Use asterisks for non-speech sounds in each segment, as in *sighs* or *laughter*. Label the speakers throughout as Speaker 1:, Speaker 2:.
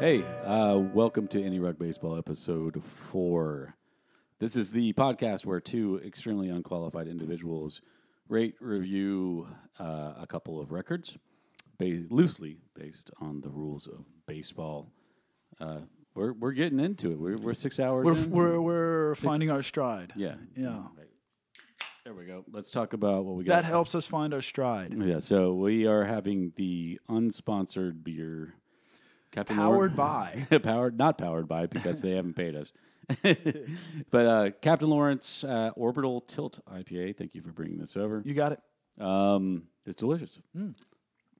Speaker 1: Hey, uh, welcome to Indie Rock Baseball episode four. This is the podcast where two extremely unqualified individuals rate, review uh, a couple of records, ba- loosely based on the rules of baseball. Uh, we're we're getting into it. We're, we're six hours.
Speaker 2: We're,
Speaker 1: in.
Speaker 2: we're, we're finding our stride.
Speaker 1: yeah Mm-hmm.
Speaker 2: Yeah.
Speaker 1: Right. There we go. Let's talk about what we got.
Speaker 2: That helps us find our stride.
Speaker 1: Yeah, so we are having the unsponsored beer. Captain *laughs* Lord-
Speaker 2: Powered by.
Speaker 1: powered not powered by because they haven't paid us. *laughs* but uh, Captain Lawrence uh, Orbital Tilt IPA. Thank you for bringing this over.
Speaker 2: You Hmm. got it.
Speaker 1: Um, it's delicious.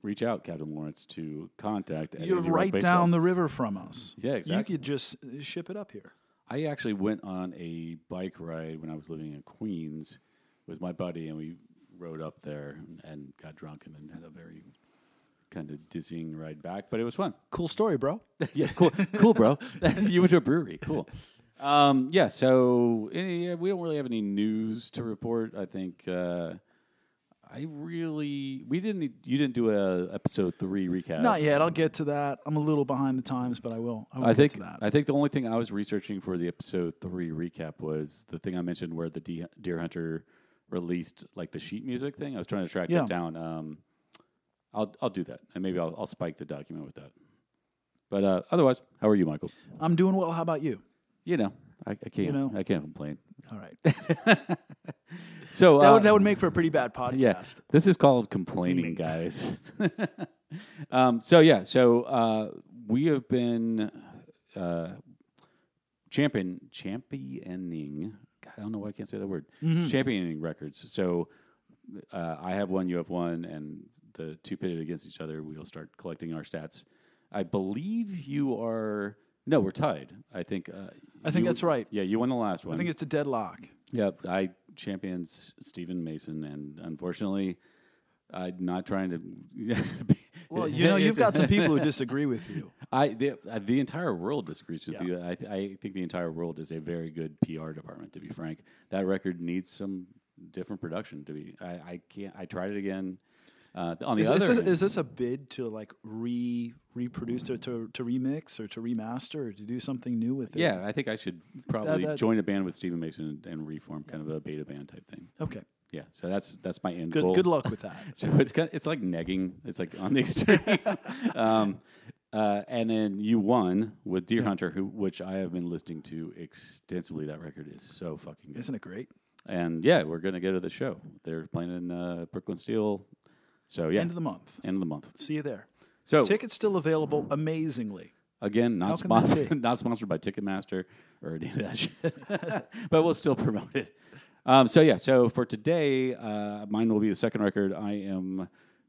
Speaker 1: Reach out, Captain Lawrence, to contact. At
Speaker 2: You're
Speaker 1: Indie Rock
Speaker 2: right
Speaker 1: Baseball. Mm-hmm.
Speaker 2: down the river from us.
Speaker 1: Yeah, exactly.
Speaker 2: You could just uh, ship it up here.
Speaker 1: I actually went on a bike ride when I was living in Queens with my buddy, and we rode up there and, and got drunk, and then had a very kind of dizzying ride back. But it was fun.
Speaker 2: Cool story, bro. *laughs*
Speaker 1: yeah, cool, cool, bro. *laughs* you went to a brewery, cool. Um, yeah, so any, we don't really have any news to report. I think uh, I really we didn't. You didn't do a episode three recap.
Speaker 2: Not yet. I'll get to that. I'm a little behind the times, but I will. I, will
Speaker 1: I
Speaker 2: get
Speaker 1: think
Speaker 2: to that.
Speaker 1: I think the only thing I was researching for the episode three recap was the thing I mentioned where the De- Deer Hunter released like the sheet music thing. I was trying to track
Speaker 2: Yeah.
Speaker 1: that down. Um, I'll I'll do that, and maybe I'll, I'll spike the document with that. But uh, otherwise, how are you, Michael?
Speaker 2: I'm doing well. How about you?
Speaker 1: You know, I, I can't.
Speaker 2: know.
Speaker 1: I can't complain. *laughs*
Speaker 2: All right.
Speaker 1: So
Speaker 2: That
Speaker 1: uh,
Speaker 2: would, that would make for a pretty bad podcast.
Speaker 1: yeah, this is called complaining, guys. *laughs* um, so yeah, so uh, we have been uh, champion championing. God, I don't know why I can't say that word.
Speaker 2: Mm-hmm.
Speaker 1: Championing records. So uh, I have one, you have one, and the two pitted against each other. We'll start collecting our stats. I believe you are. No, we're tied. I think. Uh,
Speaker 2: I think
Speaker 1: you-
Speaker 2: that's right.
Speaker 1: Yeah, you won the last one.
Speaker 2: I think it's a deadlock.
Speaker 1: Yep, I champions Stephen Mason, and unfortunately, I'm not trying to. *laughs* be-
Speaker 2: Well,
Speaker 1: *laughs*
Speaker 2: you know, you've got some people who disagree with you.
Speaker 1: I the, uh, the entire world disagrees with
Speaker 2: Yeah.
Speaker 1: you. I, I think the entire world is a very good PR department. To be frank, that record needs some different production. To be, I, I can't. I tried it again. Uh, on the
Speaker 2: Is,
Speaker 1: other,
Speaker 2: is, this,
Speaker 1: hand-
Speaker 2: is this a bid to like re reproduce or to, to remix or to remaster or to do something new with it?
Speaker 1: yeah, I think I should probably
Speaker 2: that-
Speaker 1: join a band with Stephen Mason and, and reform kind of a beta band type thing.
Speaker 2: Okay.
Speaker 1: Yeah, so that's that's my end
Speaker 2: Good.
Speaker 1: goal.
Speaker 2: Good luck with that.
Speaker 1: So it's kind it's like negging. It's like on the *laughs* extreme. um, uh, and then you won with Deer Hunter, who which I have been listening to extensively. That record is so fucking good.
Speaker 2: Isn't it great?
Speaker 1: And yeah, we're gonna go to the show. They're playing in uh, Brooklyn Steel. So yeah, Oh.
Speaker 2: End
Speaker 1: end
Speaker 2: of
Speaker 1: of
Speaker 2: the month.
Speaker 1: the, month.
Speaker 2: See you there.
Speaker 1: So
Speaker 2: Tickets still available. Amazingly,
Speaker 1: again, not
Speaker 2: can that
Speaker 1: sponsored, *laughs* not sponsored by Ticketmaster or any of that shit, *laughs* but we'll still promote it. Um, so yeah, so for today, uh, mine will be the second record. I am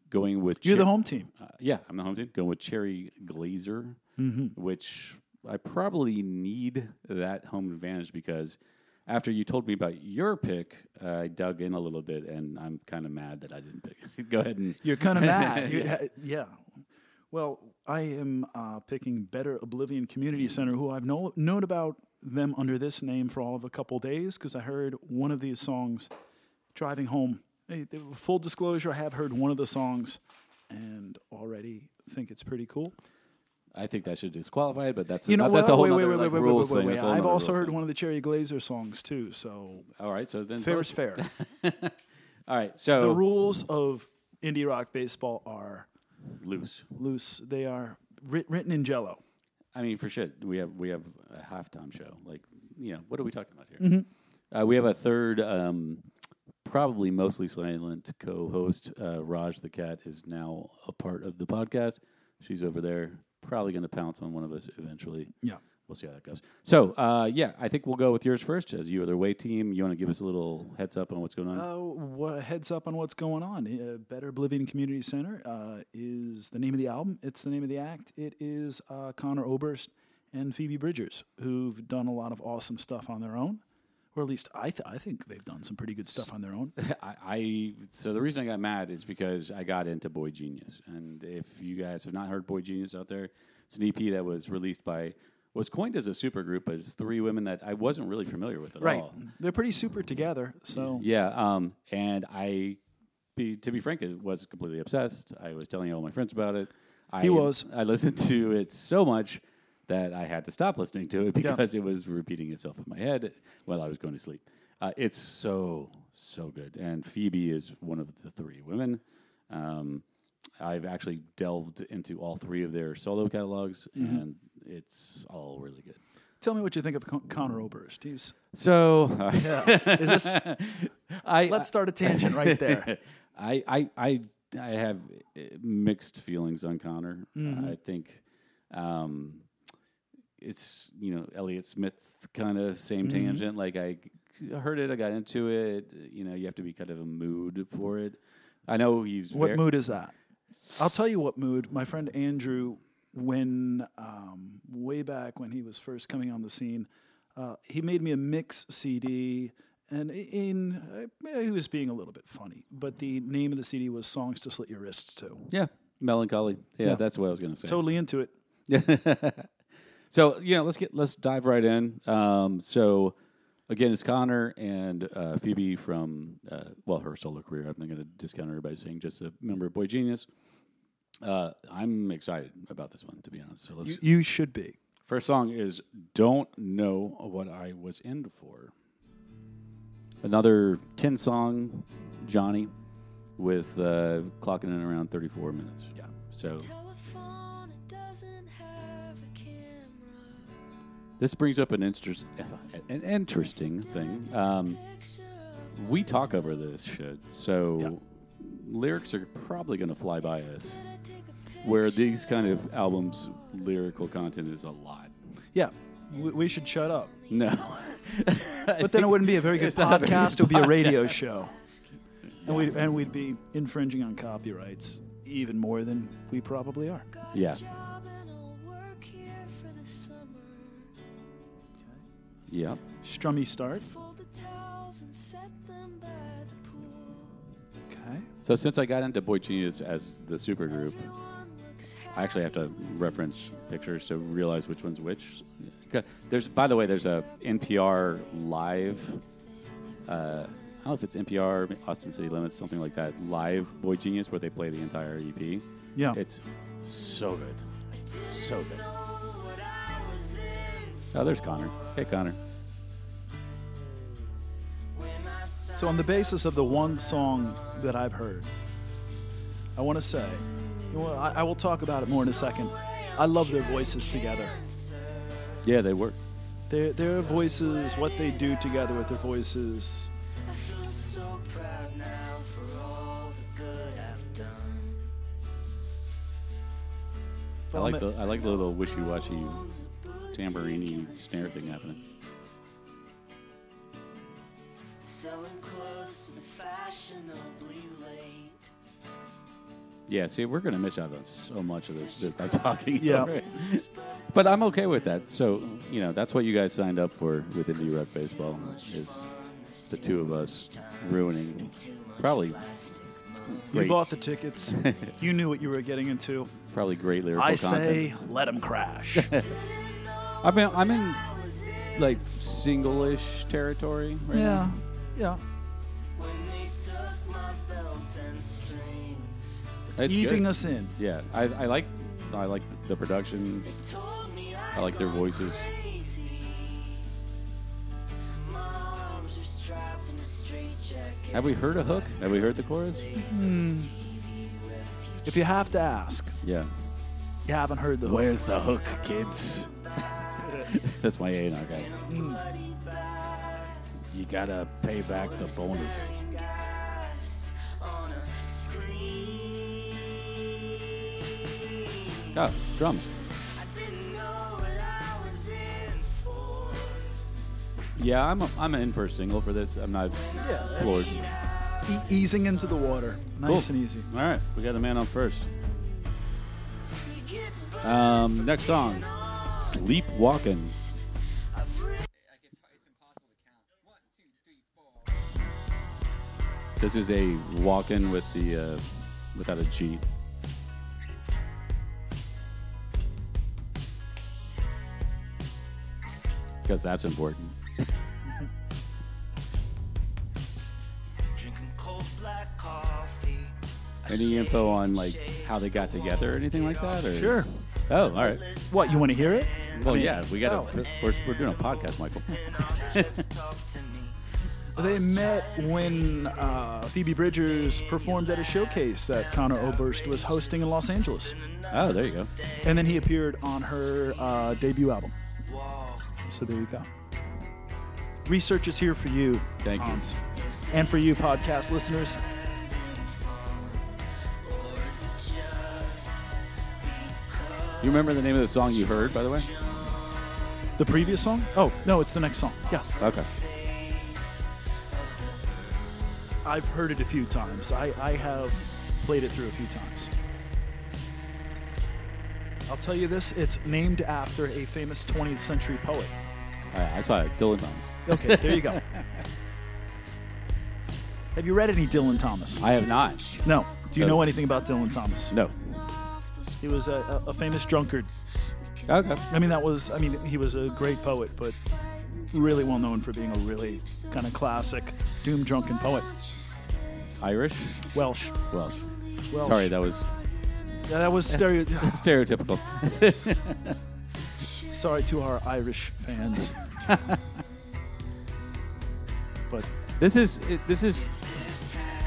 Speaker 1: going with
Speaker 2: you're
Speaker 1: Chip-
Speaker 2: the home team.
Speaker 1: Uh, yeah, I'm the home team. Going with Cherry Glazer,
Speaker 2: Mm-hmm.
Speaker 1: which I probably need that home advantage because after you told me about your pick, I dug in a little bit and I'm kind of mad that I didn't pick. *laughs* Go ahead and
Speaker 2: You're kind of mad. You- yeah. Well, I am uh, picking Better Oblivion Community Center, who I've know, known about them under this name for all of a couple days because I heard one of these songs driving home. Hey, th- Full disclosure, I have heard one of the songs and already think it's pretty cool.
Speaker 1: I think that should disqualify it, but that's
Speaker 2: You know,
Speaker 1: that's a
Speaker 2: well,
Speaker 1: whole
Speaker 2: wait, wait,
Speaker 1: nother,
Speaker 2: wait,
Speaker 1: like,
Speaker 2: wait, wait,
Speaker 1: rules
Speaker 2: wait,
Speaker 1: thing.
Speaker 2: wait,
Speaker 1: That's a
Speaker 2: wait.
Speaker 1: whole
Speaker 2: I've
Speaker 1: nother
Speaker 2: also
Speaker 1: rules
Speaker 2: heard
Speaker 1: thing.
Speaker 2: one of the Cherry Glazer songs too, so
Speaker 1: All right, so then
Speaker 2: fair is fair.
Speaker 1: *laughs* All right,
Speaker 2: the
Speaker 1: so
Speaker 2: rules of indie rock baseball are
Speaker 1: loose.
Speaker 2: loose. They are writ- written in jello.
Speaker 1: I mean, for shit, we have we have a halftime show. Like, you know, what are we talking about here? Uh, we have a third, um, probably mostly silent co-host. Uh, Raj the cat is now a part of the podcast. She's over there, probably going to pounce on one of us eventually.
Speaker 2: Yeah.
Speaker 1: We'll see how that goes. So, uh, yeah, I think we'll go with yours first, as you are the way team. You want to give us a little heads up on what's going on?
Speaker 2: Uh, wha heads up on what's going on. Uh, Better Oblivion Community Center uh, is the name of the album. It's the name of the act. It is uh, Connor Oberst and Phoebe Bridgers, who've done a lot of awesome stuff on their own, or at least I, th- I think they've done some pretty good stuff on their own.
Speaker 1: *laughs* I, I so the reason I got mad is because I got into Boy Genius, and if you guys have not heard Boy Genius out there, it's an EP that was released by was coined as a supergroup, but it's three women that I wasn't really familiar with at all.
Speaker 2: They're pretty super together. So
Speaker 1: Yeah, um, and I, be, to be frank, I was completely obsessed. I was telling all my friends about it. I,
Speaker 2: He was.
Speaker 1: I listened to it so much that I had to stop listening to it because it was repeating itself in my head while I was going to sleep. Uh, it's so so good, and Phoebe is one of the three women. Um, I've actually delved into all three of their solo catalogs, and it's all really good.
Speaker 2: Tell me what you think of Con- Conor Oberst. He's
Speaker 1: So *laughs*
Speaker 2: Mm. yeah. *laughs* Is this?
Speaker 1: I
Speaker 2: Let's start a tangent right *laughs* there.
Speaker 1: *laughs* I, I, I, I have uh, mixed feelings on Connor. Uh,
Speaker 2: Mm-hmm.
Speaker 1: I think um, it's, you know, Elliot Smith kind of same
Speaker 2: Mm-hmm.
Speaker 1: tangent. Like I heard it, I got into it. You know, you have to be kind of a mood for it. I know he's
Speaker 2: What
Speaker 1: ver-
Speaker 2: mood is that? I'll tell you what mood. My friend Andrew, when um, way back when he was first coming on the scene, uh, he made me a mix CD, and i- in uh, he was being a little bit funny, but the name of the CD was "Songs to Slit Your Wrists To."
Speaker 1: Yeah, melancholy. Yeah,
Speaker 2: Yeah.
Speaker 1: that's what I was going to say.
Speaker 2: Totally into it.
Speaker 1: So yeah, let's get let's dive right in. Um, so again, it's Connor and uh, Phoebe from uh, well her solo career. I'm not going to discount her by saying just a member of Boy Genius. Uh, I'm excited about this one to be honest. So let's.
Speaker 2: You should be.
Speaker 1: first song is "Don't Know What I Was In For." Another ten song, Johnny, with uh, clocking in around 34 minutes.
Speaker 2: Yeah.
Speaker 1: So
Speaker 3: Telephone, it doesn't have a camera.
Speaker 1: this brings up an interest an interesting thing. Um, we talk over this shit, so lyrics are probably going to fly by us. Where these kind of albums, lyrical content is a lot. *laughs*
Speaker 2: Yeah, we, we should shut up.
Speaker 1: No,
Speaker 2: But then it wouldn't be a very good
Speaker 1: It's not a very good
Speaker 2: podcast. It would be a radio show, and we'd and we'd be infringing on copyrights even more than we probably are.
Speaker 1: Yeah. yeah,
Speaker 2: Strummy start. Okay.
Speaker 1: So since I got into Boy Genius as the supergroup, I actually have to reference pictures to realize which one's which. 'Cause There's, by the way, there's a NPR live. Uh, I don't know if it's NPR, Austin City Limits, something like that. Live Boy Genius, where they play the entire EP.
Speaker 2: Yeah.
Speaker 1: It's so good, so good. Oh, there's Connor. Hey, Connor.
Speaker 2: so on the basis of the one song that I've heard, I want to say, well, I, I will talk about it more in a second. I love their voices together.
Speaker 1: Yeah, they work.
Speaker 2: Their their voices, what they do together with their voices.
Speaker 1: I like the I like the little wishy-washy tambourine snare thing happening.
Speaker 3: Selling close to the fashionably late.
Speaker 1: Yeah, see, we're gonna miss out on so much of this just by *laughs* talking.
Speaker 2: Yeah.
Speaker 1: over it. but I'm okay with that. So you know, that's what you guys signed up for with Indie Rock Baseball is the two of us ruining probably
Speaker 2: You
Speaker 1: great,
Speaker 2: bought the tickets. you knew what you were getting into.
Speaker 1: probably great lyrical
Speaker 2: I
Speaker 1: content.
Speaker 2: say, let them crash.
Speaker 1: I mean, I'm in like single-ish territory right
Speaker 2: *laughs* yeah,
Speaker 1: now.
Speaker 2: yeah.
Speaker 3: When they took my belt and strings,
Speaker 1: It's
Speaker 2: Easing
Speaker 1: good.
Speaker 2: us in.
Speaker 1: Yeah, I, I like I like the production.
Speaker 3: they told me I'd
Speaker 1: I like their
Speaker 3: gone
Speaker 1: voices.
Speaker 3: crazy. My arms were strapped in a straitjacket.
Speaker 1: Have we heard a hook? Have we heard the chorus?
Speaker 2: If you have to ask,
Speaker 1: Yeah.
Speaker 2: you haven't heard the hook.
Speaker 1: Where's the hook, kids? That's my A and R guy. You gotta pay back the bonus.
Speaker 3: on a screen?
Speaker 1: Ah, drums.
Speaker 3: I didn't know what I was in for.
Speaker 1: Yeah, I'm I'm in for a single for this. I'm not
Speaker 2: Yeah,
Speaker 1: floored.
Speaker 2: E- easing into the water, nice
Speaker 1: Cool.
Speaker 2: and easy.
Speaker 1: All right, we got a man on first.
Speaker 3: You get burned
Speaker 1: Um, next song, Sleepwalking.
Speaker 4: like it's it's impossible to count. One, two, three, four.
Speaker 1: This is a walking with the uh, without a G. Because that's important.
Speaker 5: Drinking cold black coffee.
Speaker 1: Any info on like how they got together or anything like that? Or?
Speaker 2: Sure.
Speaker 1: Oh, all right.
Speaker 2: What you want to hear it?
Speaker 1: Well,
Speaker 2: mean,
Speaker 1: yeah, we got to. We're, we're doing a podcast, Michael.
Speaker 2: They met when uh, Phoebe Bridgers performed at a showcase that Connor Oberst was hosting in Los Angeles.
Speaker 1: Oh, there you go.
Speaker 2: And then he appeared on her uh, debut album. So there you go. Research is here for you.
Speaker 1: Thank you.
Speaker 2: Hans, And for you, podcast listeners.
Speaker 1: You remember the name of the song you heard, by the way?
Speaker 2: The previous song? Oh, no, it's the next song. Yeah.
Speaker 1: Okay.
Speaker 2: I've heard it a few times. I, I have played it through a few times. I'll tell you this it's named after a famous 20th century poet.
Speaker 1: All right, I saw it. Dylan Thomas.
Speaker 2: Okay, there
Speaker 1: *laughs*
Speaker 2: you go. Have you read any Dylan Thomas?
Speaker 1: I have not.
Speaker 2: No. Do you
Speaker 1: So-
Speaker 2: know anything about Dylan Thomas?
Speaker 1: No.
Speaker 2: He was a, a, a famous drunkard.
Speaker 1: Okay.
Speaker 2: I mean, that was, I mean, he was a great poet, but really well known for being a really kind of classic doom drunken poet.
Speaker 1: Irish?
Speaker 2: Welsh.
Speaker 1: Welsh.
Speaker 2: Welsh.
Speaker 1: Sorry, that was
Speaker 2: Yeah, that was stereo. *laughs*
Speaker 1: stereotypical. *laughs*
Speaker 2: Sorry to our Irish fans. *laughs* but
Speaker 1: this is it- this is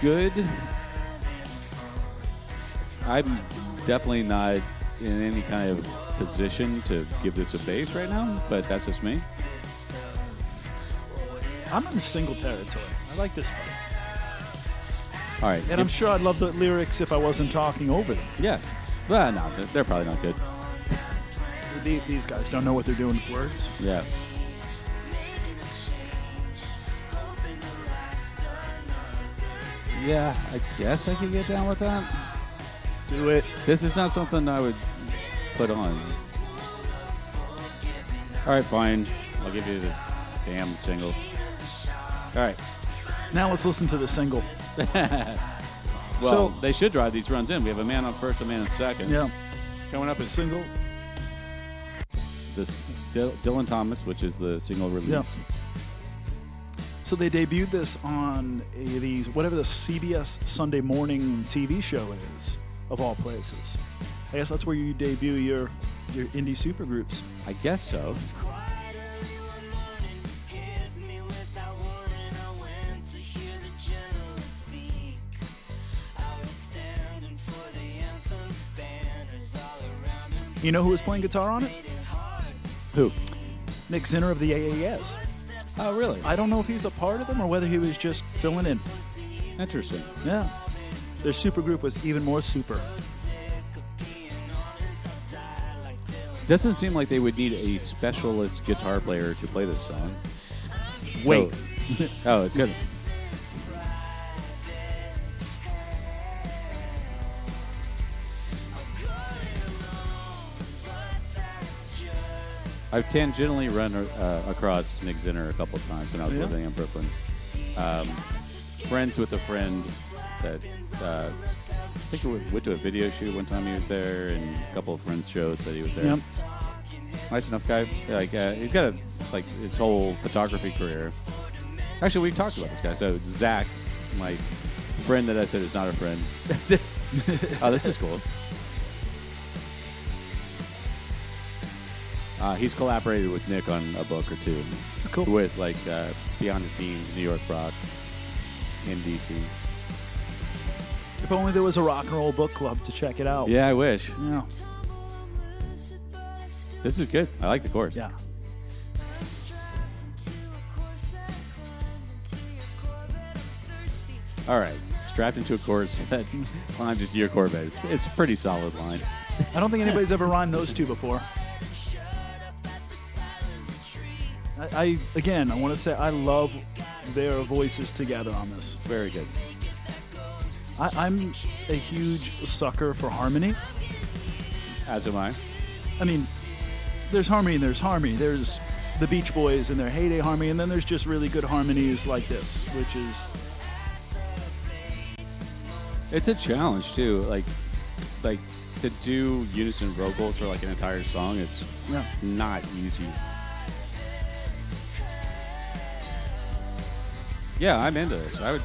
Speaker 1: good. I'm definitely not in any kind of position to give this a base right now, but that's just me.
Speaker 2: I'm in the single territory. I like this part.
Speaker 1: All right.
Speaker 2: And I'm
Speaker 1: If-
Speaker 2: sure I'd love the lyrics if I wasn't talking over them.
Speaker 1: yeah. Well, no, they're- they're probably not good.
Speaker 2: The- These guys don't know what they're doing with words.
Speaker 1: Yeah. Yeah, I guess I could get down with that.
Speaker 2: Do it.
Speaker 1: This is not something I would put on. All right, fine. I'll give you the damn single. All right.
Speaker 2: Now let's listen to the single.
Speaker 1: Well,
Speaker 2: So-
Speaker 1: they should drive these runs in. We have a man on first, a man on second.
Speaker 2: Yeah.
Speaker 1: Coming up
Speaker 2: The
Speaker 1: is
Speaker 2: single.
Speaker 1: this Dil- Dylan Thomas, which is the single released.
Speaker 2: So they debuted this on a, the whatever the CBS Sunday morning TV show is, of all places. I guess that's where you debut your your indie supergroups.
Speaker 1: I guess so.
Speaker 2: You know who was playing guitar on it?
Speaker 1: Who?
Speaker 2: Nick Zinner of the AAS.
Speaker 1: Oh, really?
Speaker 2: I don't know if he's a part of them or whether he was just filling in.
Speaker 1: Interesting.
Speaker 2: Yeah. Their supergroup was even more super.
Speaker 1: Doesn't seem like they would need a specialist guitar player to play this song.
Speaker 2: Wait.
Speaker 1: *laughs* Oh, it's good. I've tangentially run uh, across Nick Zinner a couple times when I was
Speaker 2: Yeah?
Speaker 1: living in Brooklyn. Um, friends with a friend that uh, I think we went to a video shoot one time he was there, and a couple of friends shows that he was there
Speaker 2: Yep.
Speaker 1: nice enough guy. Like uh, he's got a like his whole photography career. Actually, we've talked about this guy. So Zach, my friend that I said is not a friend. oh, this is cool. Uh, he's collaborated with Nick on a book or two,
Speaker 2: Cool.
Speaker 1: with like uh, behind the scenes New York rock, indie scene.
Speaker 2: If only there was a rock and roll book club to check it out.
Speaker 1: Yeah, I wish.
Speaker 2: Yeah.
Speaker 1: This is good. I like the chorus.
Speaker 2: Yeah.
Speaker 1: All right, strapped into a chorus *laughs* that climbed into your Corvette. It's, it's a pretty solid line.
Speaker 2: I don't think anybody's ever rhymed those two before. I, I again, I want to say I love their voices together on this.
Speaker 1: Very good.
Speaker 2: I, I'm a huge sucker for harmony.
Speaker 1: As am I.
Speaker 2: I mean, there's harmony and there's harmony. There's the Beach Boys and their heyday harmony, and then there's just really good harmonies like this, which is
Speaker 1: It's a challenge too. Like, like to do unison vocals for like an entire song is
Speaker 2: yeah.
Speaker 1: not easy. Yeah, I'm into this. I would.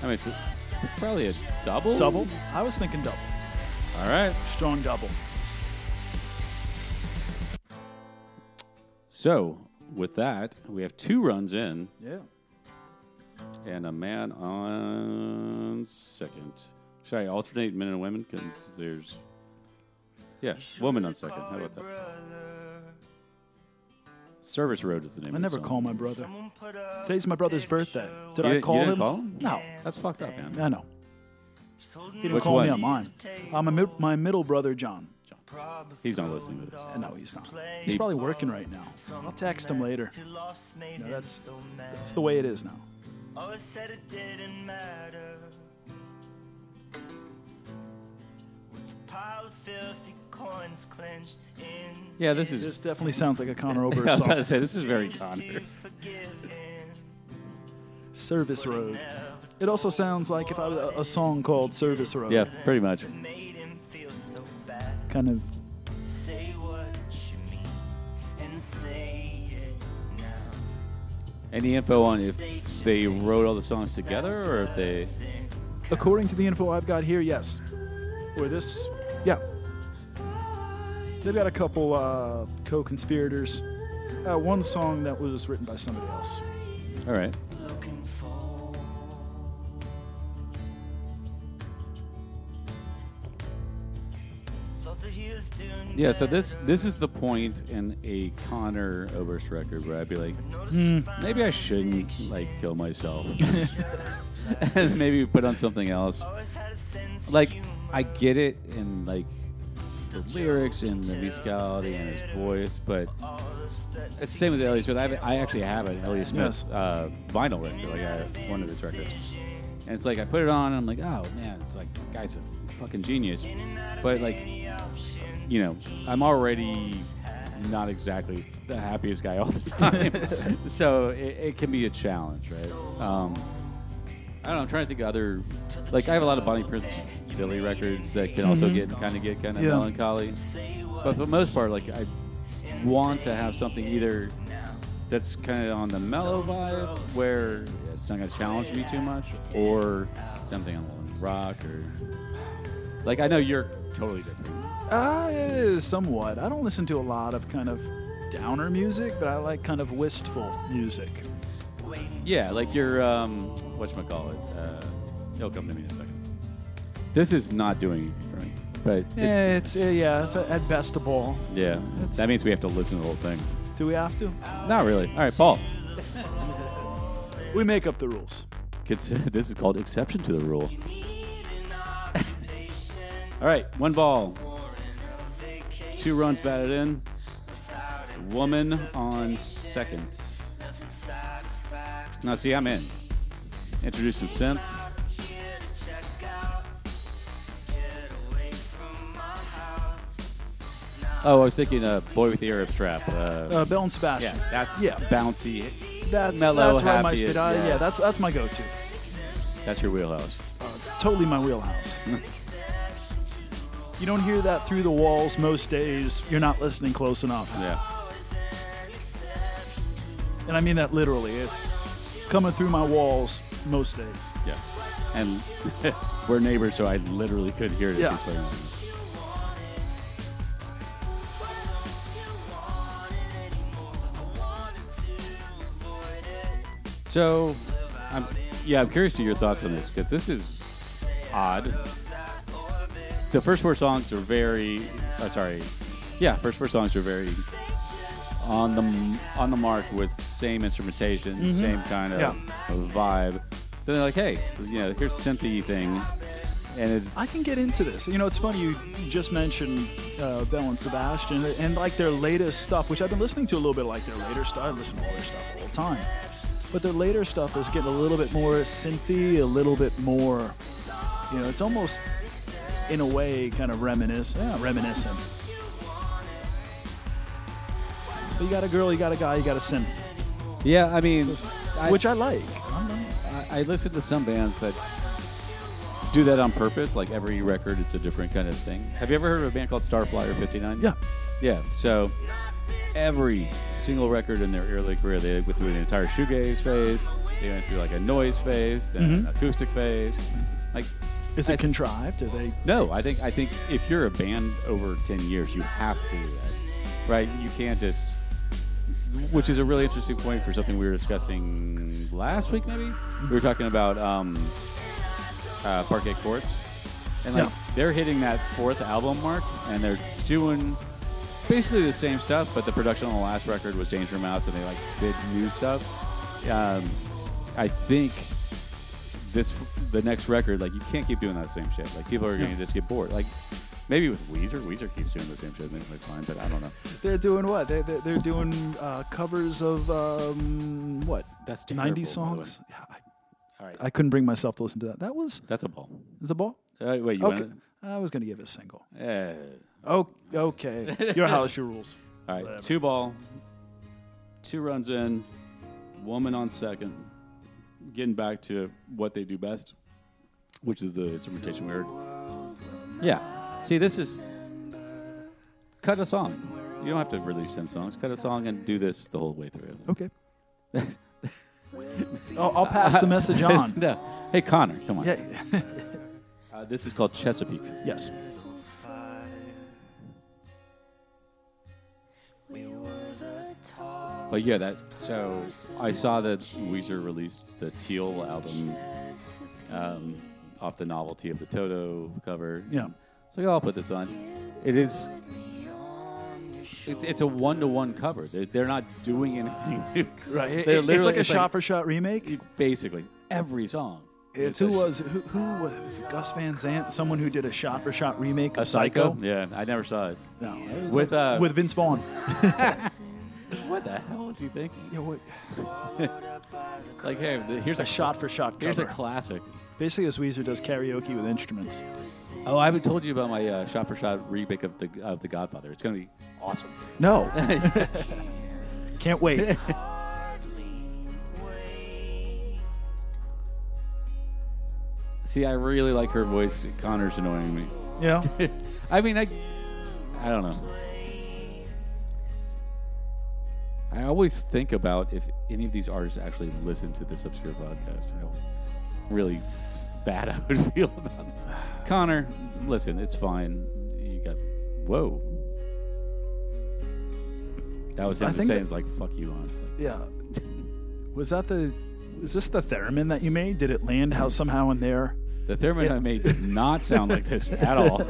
Speaker 1: I mean, it's it's probably a double.
Speaker 2: double. I was thinking double,
Speaker 1: All right.
Speaker 2: strong double.
Speaker 1: So, with that, we have two runs in
Speaker 2: Yeah.
Speaker 1: and a man on second. Should I alternate men and women? Because there's. Yeah, woman on second. How about that?
Speaker 5: Brother,
Speaker 1: Service Road is the name
Speaker 2: I
Speaker 1: of the
Speaker 2: never
Speaker 1: song.
Speaker 2: call my brother.
Speaker 5: someone put up
Speaker 2: Today's my brother's birthday. Did
Speaker 1: You
Speaker 2: I
Speaker 1: didn't-
Speaker 2: call
Speaker 1: you didn't
Speaker 2: him?
Speaker 1: call him?
Speaker 2: No.
Speaker 1: That's fucked up, man.
Speaker 2: I know. He didn't
Speaker 1: Which
Speaker 2: call me
Speaker 1: one?
Speaker 2: on mine. Uh, my, mid- my middle brother, John.
Speaker 1: He's not listening to this.
Speaker 2: Uh, No, he's not. He's probably working right now. I'll text him later.
Speaker 5: He lost made
Speaker 2: No,
Speaker 5: him
Speaker 2: that's,
Speaker 5: so mad.
Speaker 2: that's the way it is now.
Speaker 5: Always said it didn't matter. With a pile of filthy coins clenched in.
Speaker 1: Yeah, this *laughs*
Speaker 2: This
Speaker 1: is.
Speaker 2: definitely sounds like a Connor
Speaker 1: I
Speaker 2: Oberst
Speaker 1: was about
Speaker 2: song.
Speaker 1: to say, this is very
Speaker 5: just
Speaker 1: Connor.
Speaker 5: to forgive him.
Speaker 2: Service Road. It also sounds like if I was a, a song called Service Road.
Speaker 1: Yeah, pretty much.
Speaker 5: Made him feel so bad.
Speaker 2: Kind of.
Speaker 5: Say what you mean and say it now.
Speaker 1: Any info on if they wrote all the songs together or if they.
Speaker 2: According to the info I've got here, yes. Or this. Yeah. They've got a couple uh, co conspirators. Uh, one song that was written by somebody else.
Speaker 1: All right.
Speaker 5: Looking for Thought that he was doing
Speaker 1: Yeah, so this
Speaker 5: better.
Speaker 1: this is the point in a Connor Oberst record where I'd be like, maybe I shouldn't like kill myself, *laughs* and maybe put on something else.
Speaker 5: Always had a sense of
Speaker 1: Like
Speaker 5: humor.
Speaker 1: I get it in like the lyrics and the musicality and his voice, but it's the same with Elliot Smith. I, have, I actually have an Elliot Smith
Speaker 2: Yes.
Speaker 1: uh, vinyl record, like I have one of his records, and it's like I put it on and I'm like, oh man, it's like the guy's a fucking genius, but like you know, I'm already not exactly the happiest guy all the time. so it, it can be a challenge, right? Um, I don't know. I'm trying to think of other. Like, I have a lot of Bonnie Prince Billy records that can also get kind of get kind of
Speaker 2: Yeah.
Speaker 1: melancholy. But for the most part, like, I want to have something either that's kind of on the mellow vibe where it's not going to challenge me too much, or something on the rock, or. Like, I know you're totally different.
Speaker 2: Uh, somewhat. I don't listen to a lot of kind of downer music, but I like kind of wistful music.
Speaker 1: *laughs* Yeah, like your um, whatchamacallit. Uh, it'll come to me in a second. This is not doing anything for me. But it-
Speaker 2: Yeah, it's uh, yeah, it's at best a ball.
Speaker 1: yeah,
Speaker 2: It's-
Speaker 1: that means we have to listen to the whole thing.
Speaker 2: Do we have to?
Speaker 1: Not really. All right, Paul.
Speaker 2: We make up the rules.
Speaker 1: Consider, *laughs* this is called exception to the rule. All right, one ball. Two runs batted in. Woman on second. Now, see, I'm in. Introduce some synth. Oh, I was thinking uh, Boy with the Arab Strap. Uh,
Speaker 2: Uh, Bell and Sebastian.
Speaker 1: yeah, that's
Speaker 2: yeah.
Speaker 1: bouncy.
Speaker 2: That's
Speaker 1: mellow,
Speaker 2: that's right my
Speaker 1: happy,
Speaker 2: speed. I,
Speaker 1: yeah.
Speaker 2: yeah. that's that's my go-to.
Speaker 1: That's your wheelhouse.
Speaker 2: It's totally my wheelhouse. you don't hear that through the walls most days. You're not listening close enough,
Speaker 1: Yeah.
Speaker 2: and I mean that literally. It's coming through my walls most days.
Speaker 1: Yeah. And *laughs* we're neighbors, so I literally could hear it. if
Speaker 2: Yeah.
Speaker 1: he's playing. So, I'm, yeah, I'm curious to your thoughts on this because this is odd. The first four songs are very, uh, sorry, yeah, first four songs are very on the on the mark with same instrumentation, same kind of
Speaker 2: Mm-hmm. Yeah.
Speaker 1: vibe. Then they're like, hey, you know, here's synthy thing, and it's
Speaker 2: I can get into this. You know, it's funny you just mentioned uh, Bell and Sebastian and like their latest stuff, which I've been listening to a little bit. Like their later stuff, I listen to all their stuff all the time, but their later stuff is getting a little bit more synthy, a little bit more. You know, it's almost in a way kind of reminiscent. Yeah, reminiscent. But you got a girl, you got a guy, you got a synth,
Speaker 1: yeah. I mean, I-
Speaker 2: which I like. I'm not-
Speaker 1: I, I listen to some bands that do that on purpose. Like every record, it's a different kind of thing. Have you ever heard of a band called Starflyer 59?
Speaker 2: Yeah.
Speaker 1: Yeah. So every single record in their early career, they went through an entire shoegaze phase. They went through like a noise phase, then an acoustic phase. Like,
Speaker 2: Is it contrived? Are they?
Speaker 1: no, I think I think if you're a band over 10 years, you have to do that, right? You can't just which is a really interesting point for something we were discussing last week. Maybe we were talking about um, uh, parquet courts, and like
Speaker 2: Yeah.
Speaker 1: they're hitting that fourth album mark, and they're doing basically the same stuff. But the production on the last record was Danger Mouse, and they like did new stuff. Um, I think this the next record, like you can't keep doing that same shit. Like people are going to just get bored. Like maybe with Weezer, Weezer keeps doing the same shit, and they're fine. But I don't know.
Speaker 2: They're doing what? They're, they're, they're doing uh, covers of um, what?
Speaker 1: That's terrible,
Speaker 2: 90
Speaker 1: by the
Speaker 2: songs? Yeah,
Speaker 1: All right,
Speaker 2: I, I couldn't bring myself to listen to that. That was,
Speaker 1: that's a ball.
Speaker 2: is a ball?
Speaker 1: Uh, wait, you
Speaker 2: Okay.
Speaker 1: want
Speaker 2: I was going to give it a single.
Speaker 1: to?
Speaker 2: Oh, okay. *laughs* Your house, your rules.
Speaker 1: all right, two ball, two runs in, woman on second. Getting back to what they do best, which is the instrumentation we heard. Yeah. See, this is cut a song. You don't have to release ten songs. Cut a song and do this the whole way through.
Speaker 2: Okay. I'll, I'll pass the *laughs* message on.
Speaker 1: no. Hey, Connor, come on.
Speaker 2: Yeah.
Speaker 1: Uh, this is called Chesapeake.
Speaker 2: yes.
Speaker 1: But yeah, that. So I saw that Weezer released the Teal album um, off the novelty of the Toto cover.
Speaker 2: Yeah.
Speaker 1: So I'll put this on. It is. It's, it's a one to one cover. They're, they're not doing anything *laughs* new.
Speaker 2: Right. It-
Speaker 1: They're
Speaker 2: it- it's
Speaker 1: literally-
Speaker 2: like a
Speaker 1: it's like-
Speaker 2: shot for shot remake.
Speaker 1: Basically, every song.
Speaker 2: It's
Speaker 1: is a
Speaker 2: who was who, who was it? Gus Van Zant? Someone who did a shot for shot remake of
Speaker 1: a psycho? Yeah, I never saw it.
Speaker 2: No, it was
Speaker 1: With,
Speaker 2: like-
Speaker 1: uh,
Speaker 2: with Vince Vaughn.
Speaker 1: What the hell was he thinking?
Speaker 2: Yeah, what,
Speaker 1: Like, hey, th- here's a,
Speaker 2: a shot for shot cover.
Speaker 1: Here's a classic.
Speaker 2: Basically, as Weezer does karaoke with instruments.
Speaker 1: Oh, I haven't told you about my uh, shot for shot remake of the of the Godfather. It's gonna be awesome.
Speaker 2: No, *laughs* can't *laughs* wait.
Speaker 1: See, I really like her voice. Connor's annoying me.
Speaker 2: *laughs* Yeah,
Speaker 1: I mean, I, I don't know. I always think about if any of these artists actually listen to this obscure podcast, how really bad *laughs* I would feel about this. *sighs* Connor, listen, it's fine. You got, whoa. That was him
Speaker 2: I
Speaker 1: just
Speaker 2: think
Speaker 1: saying,
Speaker 2: that-
Speaker 1: it's like, fuck you, honestly.
Speaker 2: yeah. Was that the? Is this the theremin that you made? Did it land how somehow in there?
Speaker 1: The theremin I made did not sound like this at
Speaker 2: *laughs*
Speaker 1: all.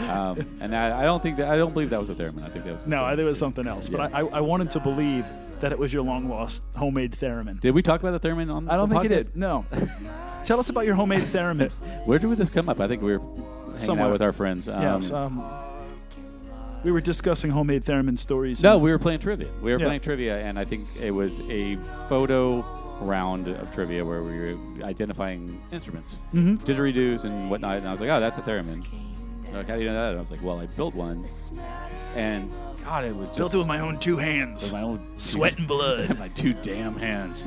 Speaker 1: um, and I, I don't think that, I don't believe that was a theremin. I think that was. his
Speaker 2: No, I
Speaker 1: tongue.
Speaker 2: think it was something else. But
Speaker 1: Yeah.
Speaker 2: I, I, I wanted to believe that it was your long lost homemade theremin.
Speaker 1: Did we talk about the theremin on?
Speaker 2: I don't
Speaker 1: the
Speaker 2: think it
Speaker 1: podcast? *laughs*
Speaker 2: did. No. Tell us about your homemade theremin.
Speaker 1: Where did this come up? I think we were hanging
Speaker 2: Somewhere.
Speaker 1: out with our friends. Um,
Speaker 2: yes. Um, we were discussing homemade theremin stories.
Speaker 1: no,
Speaker 2: and-
Speaker 1: we were playing trivia. We were
Speaker 2: Yeah.
Speaker 1: playing trivia, and I think it was a photo round of trivia where we were identifying instruments, mm-hmm. didgeridoos and whatnot. And I was like, "Oh, that's a theremin." They're Like, how do you know that? And I was like, "Well, I built one, and God, it was just
Speaker 2: built it with my own two hands,
Speaker 1: with my own
Speaker 2: sweat and
Speaker 1: *laughs*
Speaker 2: blood.
Speaker 1: my two damn hands.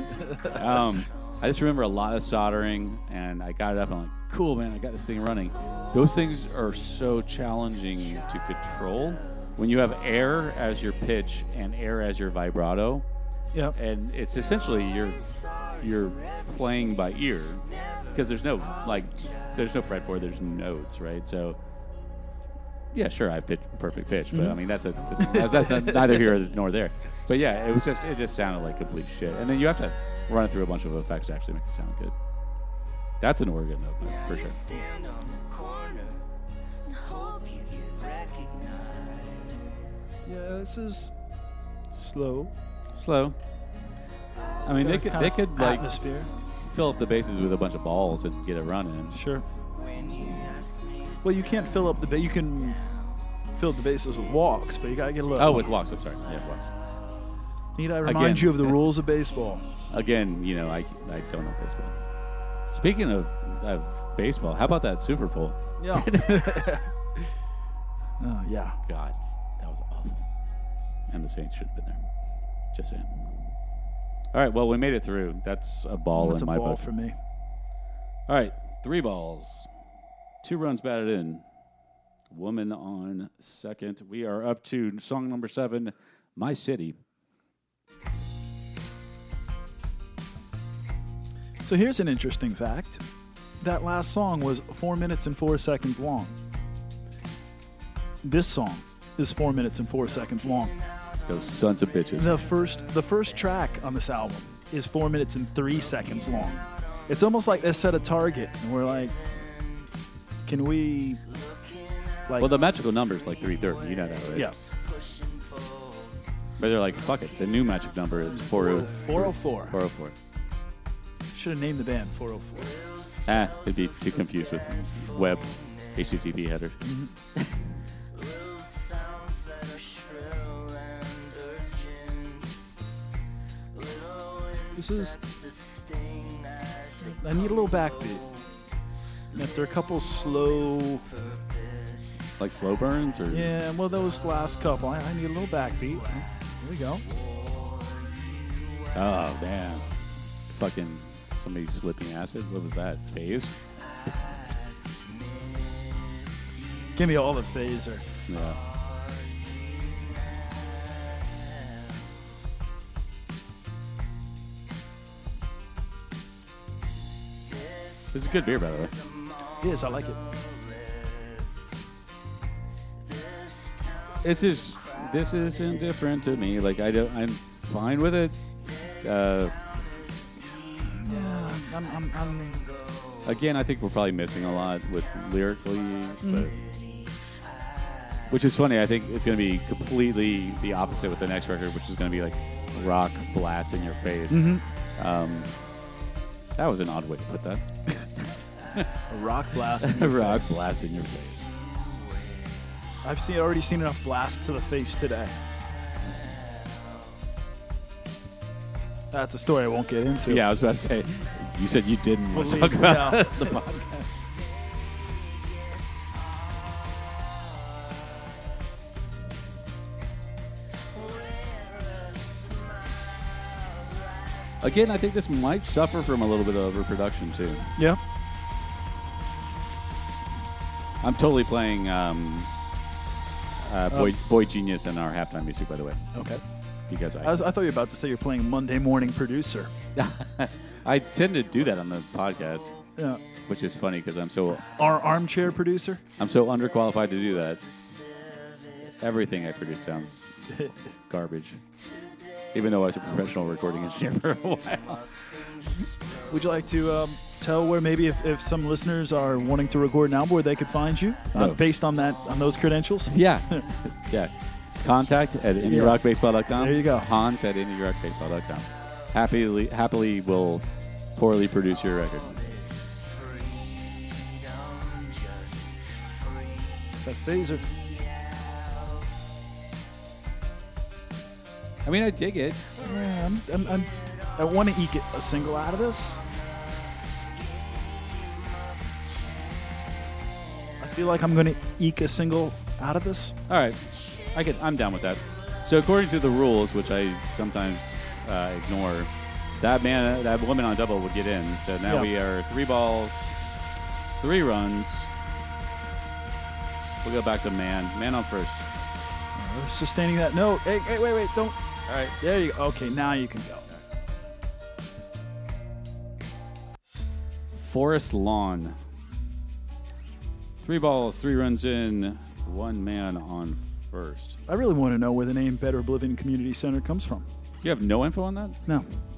Speaker 1: um, I just remember a lot of soldering, and I got it up. and I'm like, cool, man, I got this thing running. Those things are so challenging to control when you have air as your pitch and air as your vibrato,
Speaker 2: yeah.
Speaker 1: and it's essentially you're you're playing by ear because there's no like there's no fretboard, there's notes, right? So. Yeah, sure. I've pitched perfect pitch, but
Speaker 2: Mm-hmm.
Speaker 1: I mean that's a that's, that's not, neither here nor there. But yeah, it was just it just sounded like complete shit. And then you have to run it through a bunch of effects to actually make it sound good. That's an organ note for sure.
Speaker 5: Stand on the corner and hope you get recognized.
Speaker 2: Yeah, this is slow.
Speaker 1: Slow. I mean, they
Speaker 2: That's
Speaker 1: could
Speaker 2: kind
Speaker 1: they
Speaker 2: of
Speaker 1: could like
Speaker 2: atmosphere.
Speaker 1: fill up the bases with a bunch of balls and get a run in.
Speaker 2: Sure. Well, you can't fill up the ba- you can fill the bases with walks, but you gotta get a little.
Speaker 1: Oh, with walks. I'm sorry. Yeah, walks.
Speaker 2: need I remind
Speaker 1: Oh, again.
Speaker 2: you of the rules
Speaker 1: *laughs*
Speaker 2: of baseball?
Speaker 1: Again, you know, I I don't know baseball. Speaking of, of baseball, how about that Super Bowl?
Speaker 2: Yeah. oh yeah.
Speaker 1: God, that was awful. And the Saints should have been there. Just saying. All right, well, we made it through. That's a ball
Speaker 2: That's
Speaker 1: in
Speaker 2: a
Speaker 1: my
Speaker 2: ball
Speaker 1: book.
Speaker 2: for me.
Speaker 1: All right, three balls, two runs batted in. Woman on second. We are up to song number seven, My City.
Speaker 2: So here's an interesting fact. That last song was four minutes and four seconds long. This song is four minutes and four seconds long.
Speaker 1: Those sons of bitches.
Speaker 2: The first the first track on this album is four minutes and three seconds long. It's almost like they set a target and we're like, can we like
Speaker 1: Well, the magical number is like 330. You know that, right?
Speaker 2: yeah,
Speaker 1: But they're like, fuck it. The new magic number is oh. 40-
Speaker 2: 404.
Speaker 1: 404.
Speaker 2: Should have named the band 404.
Speaker 1: Ah, it'd be too confused with web HTTP headers.
Speaker 5: sounds that are shrill and urgent. Little
Speaker 2: This is
Speaker 5: insects that sting as they
Speaker 2: I need a little backbeat. And After a couple slow,
Speaker 1: Like slow burns or
Speaker 2: yeah, well, those last couple, I, I need a little backbeat. Here we go.
Speaker 1: Oh damn. Fucking somebody slipping acid. What was that? Phase?
Speaker 2: Give me all the phaser.
Speaker 1: Yeah. This is good beer, by the way.
Speaker 2: Yes, I like it.
Speaker 1: This is this is indifferent to me. Like I don't, I'm fine with it. Uh,
Speaker 2: Yeah, I'm, I'm, I'm,
Speaker 1: Again, I think we're probably missing a lot with lyrically, but, which is funny. I think it's going to be completely the opposite with the next record, which is going to be like rock blast in your face. Um, that was an odd way to put that.
Speaker 2: a rock
Speaker 1: *laughs*
Speaker 2: blast.
Speaker 1: rock blast in your face.
Speaker 2: I've seen already seen enough blasts to the face today. That's a story I won't get into.
Speaker 1: Yeah, I was about to say. You said you didn't want to talk
Speaker 2: Believe it
Speaker 1: about
Speaker 2: now.
Speaker 1: the podcast. *laughs* Again, I think this might suffer from a little bit of overproduction too.
Speaker 2: yeah.
Speaker 1: I'm totally playing um, uh, Boy, Boy Genius in our halftime music, by the way.
Speaker 2: Okay.
Speaker 1: If you guys,
Speaker 2: I, was, I thought you were about to say you're playing Monday Morning Producer.
Speaker 1: I tend to do that on the podcast,
Speaker 2: Yeah.
Speaker 1: which is funny because I'm so
Speaker 2: Uh, Our armchair producer.
Speaker 1: I'm so underqualified to do that. Everything I produce *laughs* sounds garbage. Even though I was a professional recording engineer *laughs* for a while.
Speaker 2: Would you like to um, tell where maybe if, if some listeners are wanting to record an album where they could find you uh,
Speaker 1: No.
Speaker 2: based on that on those credentials?
Speaker 1: Yeah. *laughs* yeah. It's contact at indierockbaseball.com.
Speaker 2: There you go.
Speaker 1: Hans at indierockbaseball.com. Happily, happily will poorly produce your record.
Speaker 2: So phaser.
Speaker 1: I mean, I dig it.
Speaker 2: Yeah, I'm, I'm, I'm, I want to eke a single out of this. I feel like I'm going to eke a single out of this.
Speaker 1: All right, I could. I'm down with that. So according to the rules, which I sometimes uh, ignore, that man, that woman on double would get in. So now
Speaker 2: Yeah.
Speaker 1: we are three balls, three runs. We'll go back to man. Man on first.
Speaker 2: Sustaining that note. Hey, hey, wait, wait, don't.
Speaker 1: All right.
Speaker 2: There you go. Okay, now you can go.
Speaker 1: Forest lawn. Three balls, three runs in. One man on first.
Speaker 2: I really want to know where the name Better Oblivion Community Center comes from.
Speaker 1: You have no info on that.
Speaker 2: No.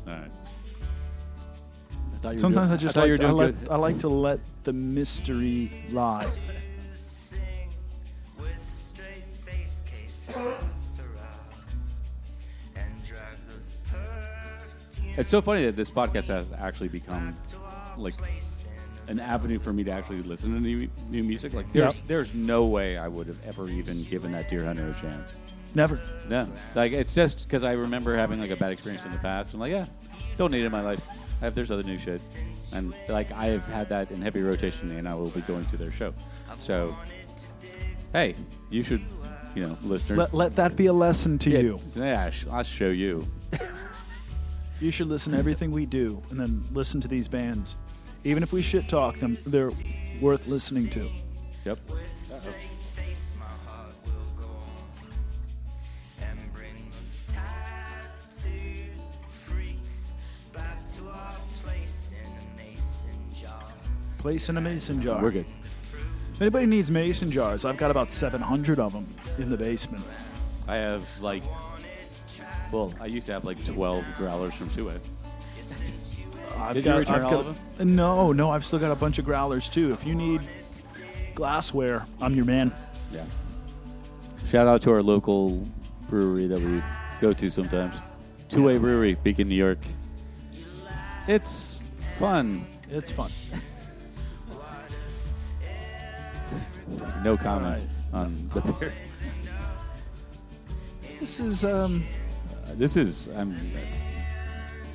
Speaker 1: All right. I thought you were
Speaker 2: Sometimes
Speaker 1: doing-
Speaker 2: I just
Speaker 1: thought you were
Speaker 2: like, to, I,
Speaker 1: doing
Speaker 2: like,
Speaker 1: good.
Speaker 2: I like to let the mystery lie.
Speaker 5: with straight face case around and drag those perfume
Speaker 1: It's so funny that this podcast has actually become like an avenue for me to actually listen to new, new music. Like there's
Speaker 2: Yep.
Speaker 1: there's no way I would have ever even given that Deer Hunter a chance.
Speaker 2: Never.
Speaker 1: No, like it's just because I remember having like a bad experience in the past. I'm like, yeah, don't need it in my life. I have there's other new shit, and like I have had that in heavy rotation, and I will be going to their show. So, hey, you should, you know, listeners.
Speaker 2: Let, let that be a lesson to
Speaker 1: yeah,
Speaker 2: you.
Speaker 1: yeah, I sh- I'll show you.
Speaker 2: You should listen to everything we do and then listen to these bands. Even if we shit talk them, they're worth listening to.
Speaker 1: Yep.
Speaker 5: face my heart will go on and bring those tattoo freaks back to our place in a mason jar
Speaker 2: Place in a mason jar.
Speaker 1: We're good.
Speaker 2: If anybody needs mason jars, I've got about 700 of them in the basement.
Speaker 1: I have like Well, I used to have like 12 growlers from Two Wave.
Speaker 2: I've
Speaker 1: Did you
Speaker 2: got,
Speaker 1: return
Speaker 2: I've
Speaker 1: all
Speaker 2: got-
Speaker 1: of
Speaker 2: No, no, I've still got a bunch of growlers too. If you need glassware, I'm your man.
Speaker 1: Yeah. Shout out to our local brewery that we go to sometimes. Two Way Brewery, Beacon, New York. It's fun.
Speaker 2: It's fun.
Speaker 1: No comments
Speaker 2: All
Speaker 1: on the
Speaker 2: *laughs*
Speaker 1: beer.
Speaker 2: This is um,
Speaker 1: Uh, This is I'm,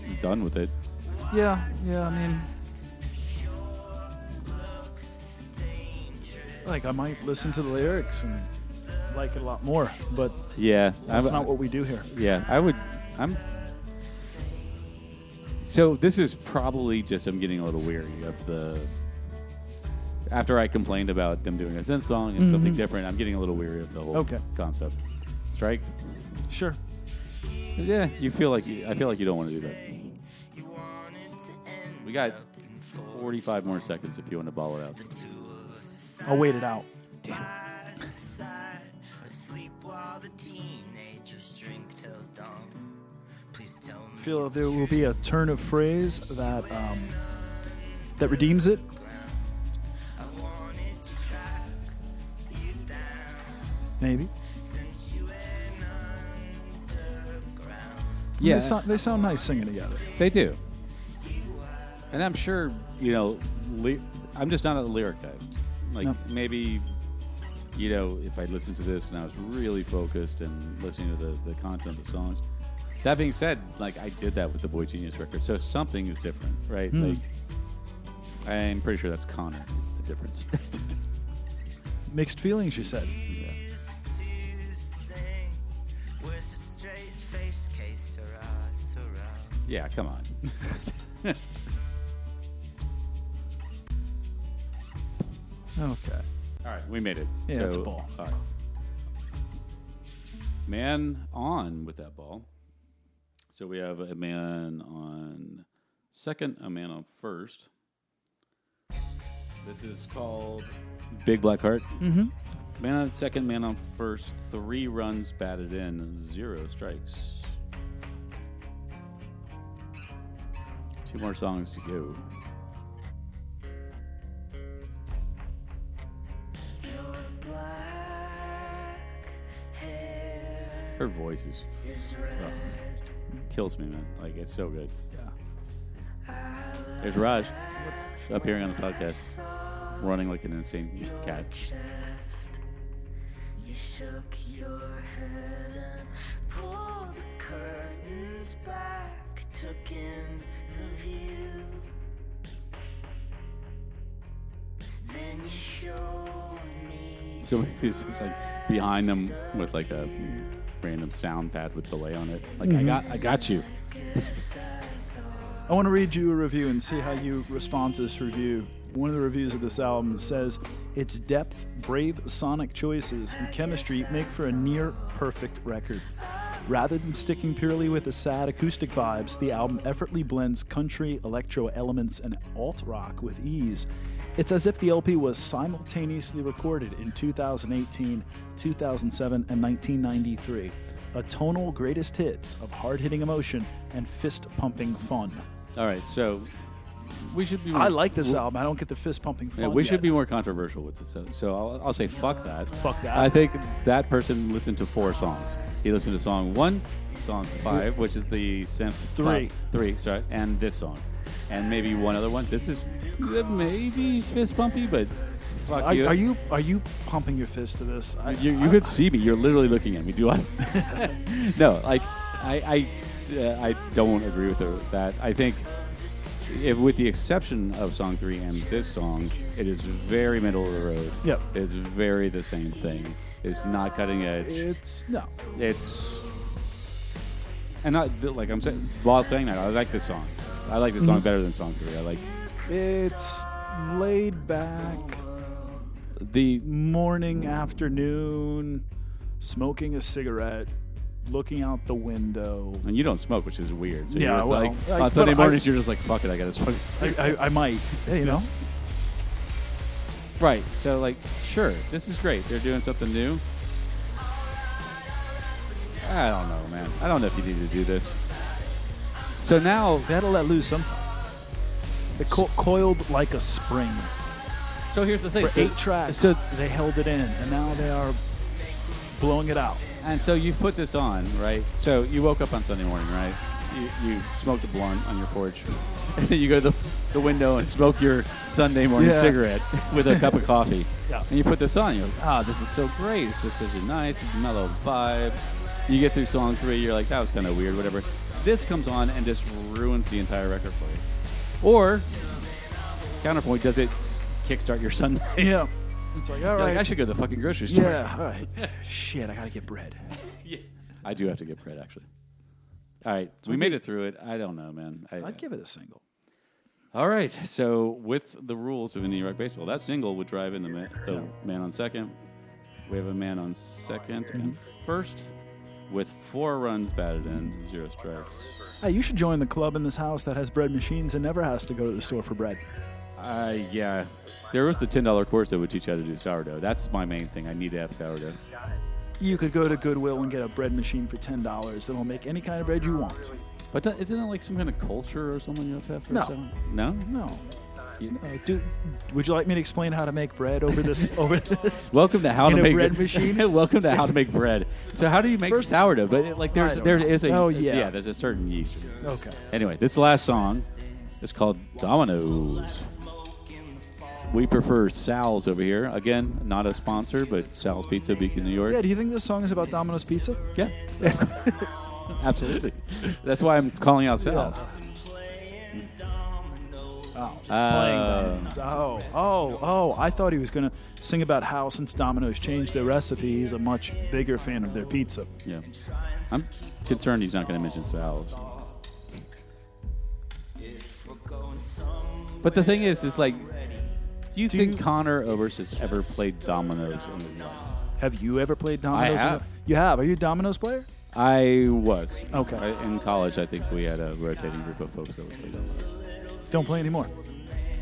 Speaker 1: I'm done with it.
Speaker 2: yeah, yeah. I mean, like I might listen to the lyrics and like it a lot more, but
Speaker 1: Yeah,
Speaker 2: that's
Speaker 1: I'm-
Speaker 2: not what we do here.
Speaker 1: Yeah, I would. I'm. So this is probably just I'm getting a little weary of the. After I complained about them doing a Zen song and something different, I'm getting a little weary of the whole
Speaker 2: Okay.
Speaker 1: concept. Strike.
Speaker 2: Sure.
Speaker 1: Yeah, you feel like you, I feel like you don't want to do that.
Speaker 5: You wanted to end
Speaker 1: We got 45 more seconds if you want to ball it out.
Speaker 2: I'll wait it out.
Speaker 5: by the side, asleep while the teenagers drink till dawn. Please tell me.
Speaker 2: I feel there will be a turn of phrase that um, that redeems it.
Speaker 5: I wanted to track you down
Speaker 2: Maybe.
Speaker 5: since you went underground.
Speaker 1: Yeah,
Speaker 2: They sound, they sound nice singing together.
Speaker 1: They do. And I'm sure, you know, ly- I'm just not a lyric guy. Like,
Speaker 2: No.
Speaker 1: maybe, you know, if I listened to this and I was really focused and listening to the, the content of the songs. That being said, like, I did that with the Boy Genius record. So something is different, right? Like, I'm pretty sure that's Connor is the difference. *laughs*
Speaker 2: Mixed feelings, you said.
Speaker 5: used to sing with a straight face, que sera, sera.
Speaker 1: yeah, come on.
Speaker 2: Okay.
Speaker 1: All right, we made it.
Speaker 2: Yeah, it's a ball.
Speaker 1: All right. Man on with that ball. So we have a man on second, a man on first. This is called Big Black Heart. Mm-hmm. Man on second, man on first. Three runs batted in, zero strikes. Two more songs to go.
Speaker 3: Your black hair
Speaker 1: Her voice is
Speaker 3: is red.
Speaker 1: kills me, man. Like it's so good.
Speaker 2: Yeah.
Speaker 1: There's Raj appearing on the podcast, running like an insane cat.
Speaker 3: Chest. You shook your head and pulled the curtains back, took in the view. Then you showed me
Speaker 1: So *laughs* he's just like behind them with like a random sound pad with delay on it. Like
Speaker 2: Mm-hmm.
Speaker 1: I got, I got you.
Speaker 2: I want to read you a review and see how you respond to this review. One of the reviews of this album says, Its depth, brave sonic choices, and chemistry make for a near perfect record. Rather than sticking purely with the sad acoustic vibes, the album effortlessly blends country, electro elements, and alt rock with ease. It's as if the LP was simultaneously recorded in 2018, 2007, and 1993. A tonal greatest hits of hard hitting emotion and fist pumping fun.
Speaker 1: All right, so we should be.
Speaker 2: I like this album. I don't get the fist pumping fun.
Speaker 1: Hmm. Yeah, we should
Speaker 2: yet.
Speaker 1: be more controversial with this. So, so I'll, I'll say fuck that.
Speaker 2: Fuck that.
Speaker 1: I think that person listened to four songs. He listened to song one, song five, which is the synth
Speaker 2: Three.
Speaker 1: pop- three, sorry, and this song, and maybe one other one. This is uh, maybe fist bumpy, but fuck
Speaker 2: Are,
Speaker 1: you.
Speaker 2: are you are you pumping your fist to this? I,
Speaker 1: You, you could see me. You're literally looking at me. Do I? *laughs* no, like I I, uh, I don't agree with the, that. I think, if, with the exception of song three and this song, it is very middle of the road.
Speaker 2: Yep.
Speaker 1: It's very the same thing. It's not cutting edge.
Speaker 2: It's no.
Speaker 1: It's and not like I'm saying while saying that I like this song. I like this song
Speaker 2: Mm-hmm.
Speaker 1: better than song three. I like
Speaker 2: It's laid back
Speaker 1: the
Speaker 2: morning afternoon, smoking a cigarette, looking out the window.
Speaker 1: and you don't smoke, which is weird. So
Speaker 2: Yeah,
Speaker 1: you're just
Speaker 2: well,
Speaker 1: like
Speaker 2: like,
Speaker 1: on
Speaker 2: but
Speaker 1: Sunday
Speaker 2: I-
Speaker 1: mornings, you're just like fuck it, I gotta smoke.
Speaker 2: I, I, I might, you know.
Speaker 1: Right. So like, sure, this is great. They're doing something new. I don't know, man. I don't know if you need to do this. So now,
Speaker 2: That'll let loose sometime. It co- coiled like a spring.
Speaker 1: so here's the thing.
Speaker 2: For
Speaker 1: so,
Speaker 2: eight tracks,
Speaker 1: So
Speaker 2: they held it in, and now they are blowing it out.
Speaker 1: and so you put this on, right? So you woke up on Sunday morning, right? You, you smoked a blunt on your porch. *laughs* And then you go to the, the window and smoke your Sunday morning
Speaker 2: Yeah.
Speaker 1: cigarette with a cup of coffee.
Speaker 2: *laughs* Yeah.
Speaker 1: And you put this on. You're like, ah, this is so great. It's just such a nice, mellow vibe. You get through song three. You're like, that was kind of weird, whatever. This comes on and just ruins the entire record for you. Or, counterpoint, does it s- kickstart your *laughs* Sunday?
Speaker 2: Yeah. It's like, all
Speaker 1: You're like,
Speaker 2: right.
Speaker 1: I should go to the fucking grocery store.
Speaker 2: yeah, all right. Shit, I got to get bread.
Speaker 1: I do have to get bread, actually. All right, we made it through it. I don't know, man. I,
Speaker 2: I'd give it a single.
Speaker 1: All right, so with the rules of Indie Rock Baseball, that single would drive in the, ma- the
Speaker 2: Yeah.
Speaker 1: man on second. We have a man on 2nd and first with four runs batted in, zero strikes.
Speaker 2: Hey, you should join the club in this house that has bread machines and never has to go to the store for bread.
Speaker 1: Uh, yeah. There was the $10 course that would teach you how to do sourdough. That's my main thing. I need to have sourdough.
Speaker 2: You could go to Goodwill and get a bread machine for ten dollars that'll make any kind of bread you want.
Speaker 1: But do- isn't that like some kind of culture or something you have to have for
Speaker 2: No.
Speaker 1: sourdough? No?
Speaker 2: No,
Speaker 1: You-
Speaker 2: no. Do, would you like me to explain how to make bread over this? over this?
Speaker 1: Welcome to how
Speaker 2: In
Speaker 1: to
Speaker 2: a
Speaker 1: make
Speaker 2: bread
Speaker 1: *laughs*
Speaker 2: machine?
Speaker 1: Welcome to how to
Speaker 2: *laughs*
Speaker 1: make bread. So how do you make
Speaker 2: First-
Speaker 1: sourdough? But it, like there's
Speaker 2: I don't
Speaker 1: there
Speaker 2: know.
Speaker 1: is a uh,
Speaker 2: Oh, yeah.
Speaker 1: there's a certain yeast.
Speaker 2: Okay.
Speaker 1: Anyway, this last song is called Dominoes. We prefer Sal's over here. Again, not a sponsor, but Sal's Pizza, Beacon, New York.
Speaker 2: Yeah. Do you think this song is about Domino's Pizza?
Speaker 1: Yeah.
Speaker 2: *laughs*
Speaker 1: Absolutely. That's why I'm calling out Sal's. Mm.
Speaker 2: Oh, just
Speaker 1: Uh,
Speaker 2: playing the- oh, oh, oh! I thought he was gonna sing about how since Domino's changed their recipe, he's a much bigger fan of their pizza.
Speaker 1: Yeah. I'm concerned he's not going to mention Sal's. But the thing is, is like, do you think Connor Oberst has ever played dominoes in his life?
Speaker 2: Have you ever played Domino's?
Speaker 1: have.
Speaker 2: You have. Are you a Domino's player?
Speaker 1: I was.
Speaker 2: Okay.
Speaker 1: I- in college, I think we had a rotating group of folks that would play dominoes.
Speaker 2: Don't play anymore.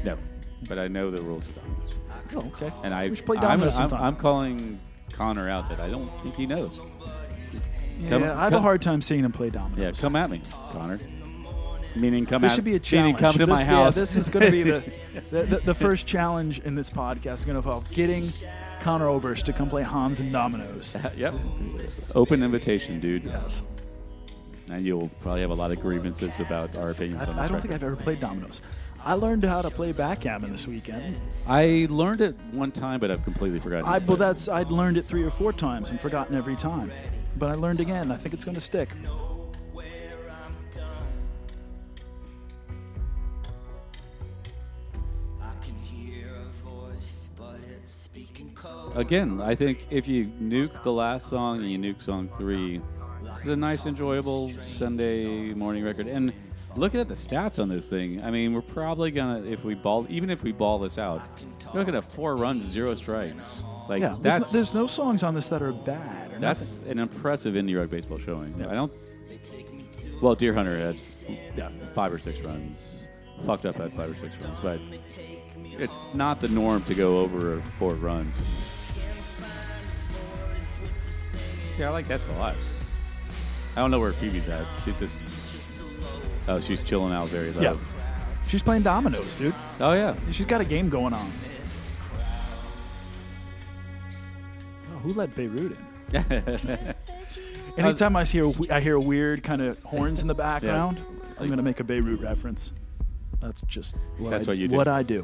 Speaker 1: No. But I know the rules of dominoes.
Speaker 2: Oh, okay.
Speaker 1: And I,
Speaker 2: we should play
Speaker 1: I'm,
Speaker 2: Domino's
Speaker 1: I'm,
Speaker 2: sometime.
Speaker 1: I'm calling Connor out that I don't think he knows.
Speaker 2: yeah,
Speaker 1: come-
Speaker 2: I have a
Speaker 1: come-
Speaker 2: hard time seeing him play
Speaker 1: Yeah,
Speaker 2: Domino's.
Speaker 1: come at me, Connor. Meaning, come
Speaker 2: This
Speaker 1: at
Speaker 2: should be a
Speaker 1: Meaning,
Speaker 2: challenge.
Speaker 1: come to
Speaker 2: This-
Speaker 1: my
Speaker 2: yeah,
Speaker 1: house.
Speaker 2: this is going
Speaker 1: *laughs*
Speaker 2: to be the, the, the, the first challenge in this podcast. is going to involve getting Connor Oberst to come play Hans and Dominoes.
Speaker 1: *laughs* Yep. Open invitation, dude.
Speaker 2: Yes.
Speaker 1: And you'll probably have a lot of grievances about our opinions
Speaker 2: I,
Speaker 1: on
Speaker 2: I
Speaker 1: this
Speaker 2: don't think
Speaker 1: record.
Speaker 2: I've ever played Dominoes. I learned how to play backgammon this weekend.
Speaker 1: I learned it one time, but I've completely forgotten.
Speaker 2: I
Speaker 1: it.
Speaker 2: well, that's I'd learned it three or four times and forgotten every time, but I learned again. I think it's going to stick.
Speaker 5: I can hear a voice, but it's speaking cold.
Speaker 1: Again, I think if you nuke the last song and you nuke song three, it's a nice, enjoyable Sunday morning record. And looking at the stats on this thing, I mean, we're probably gonna if we ball, even if we ball this out, you're looking at four runs, zero strikes. Like
Speaker 2: Yeah, there's no,
Speaker 1: that's
Speaker 2: there's no songs on this that are bad. Or
Speaker 1: that's an impressive indie rock baseball showing. I don't. Well, Deer Hunter had yeah, five or six runs. Fucked up at five or six runs, but it's not the norm to go over four runs. Yeah, I like this a lot. I don't know where Phoebe's at. She's just. Oh, she's chilling out very low.
Speaker 2: nothing. yeah, she's playing Dominoes, dude.
Speaker 1: Oh, yeah.
Speaker 2: She's got a game going on. Oh, who let Beirut in?
Speaker 1: *laughs*
Speaker 2: Anytime I hear I hear weird kind of horns in the background, I'm gonna make a Beirut reference. That's just what,
Speaker 1: That's
Speaker 2: I,
Speaker 1: what you do.
Speaker 2: what
Speaker 1: *laughs*
Speaker 2: I do.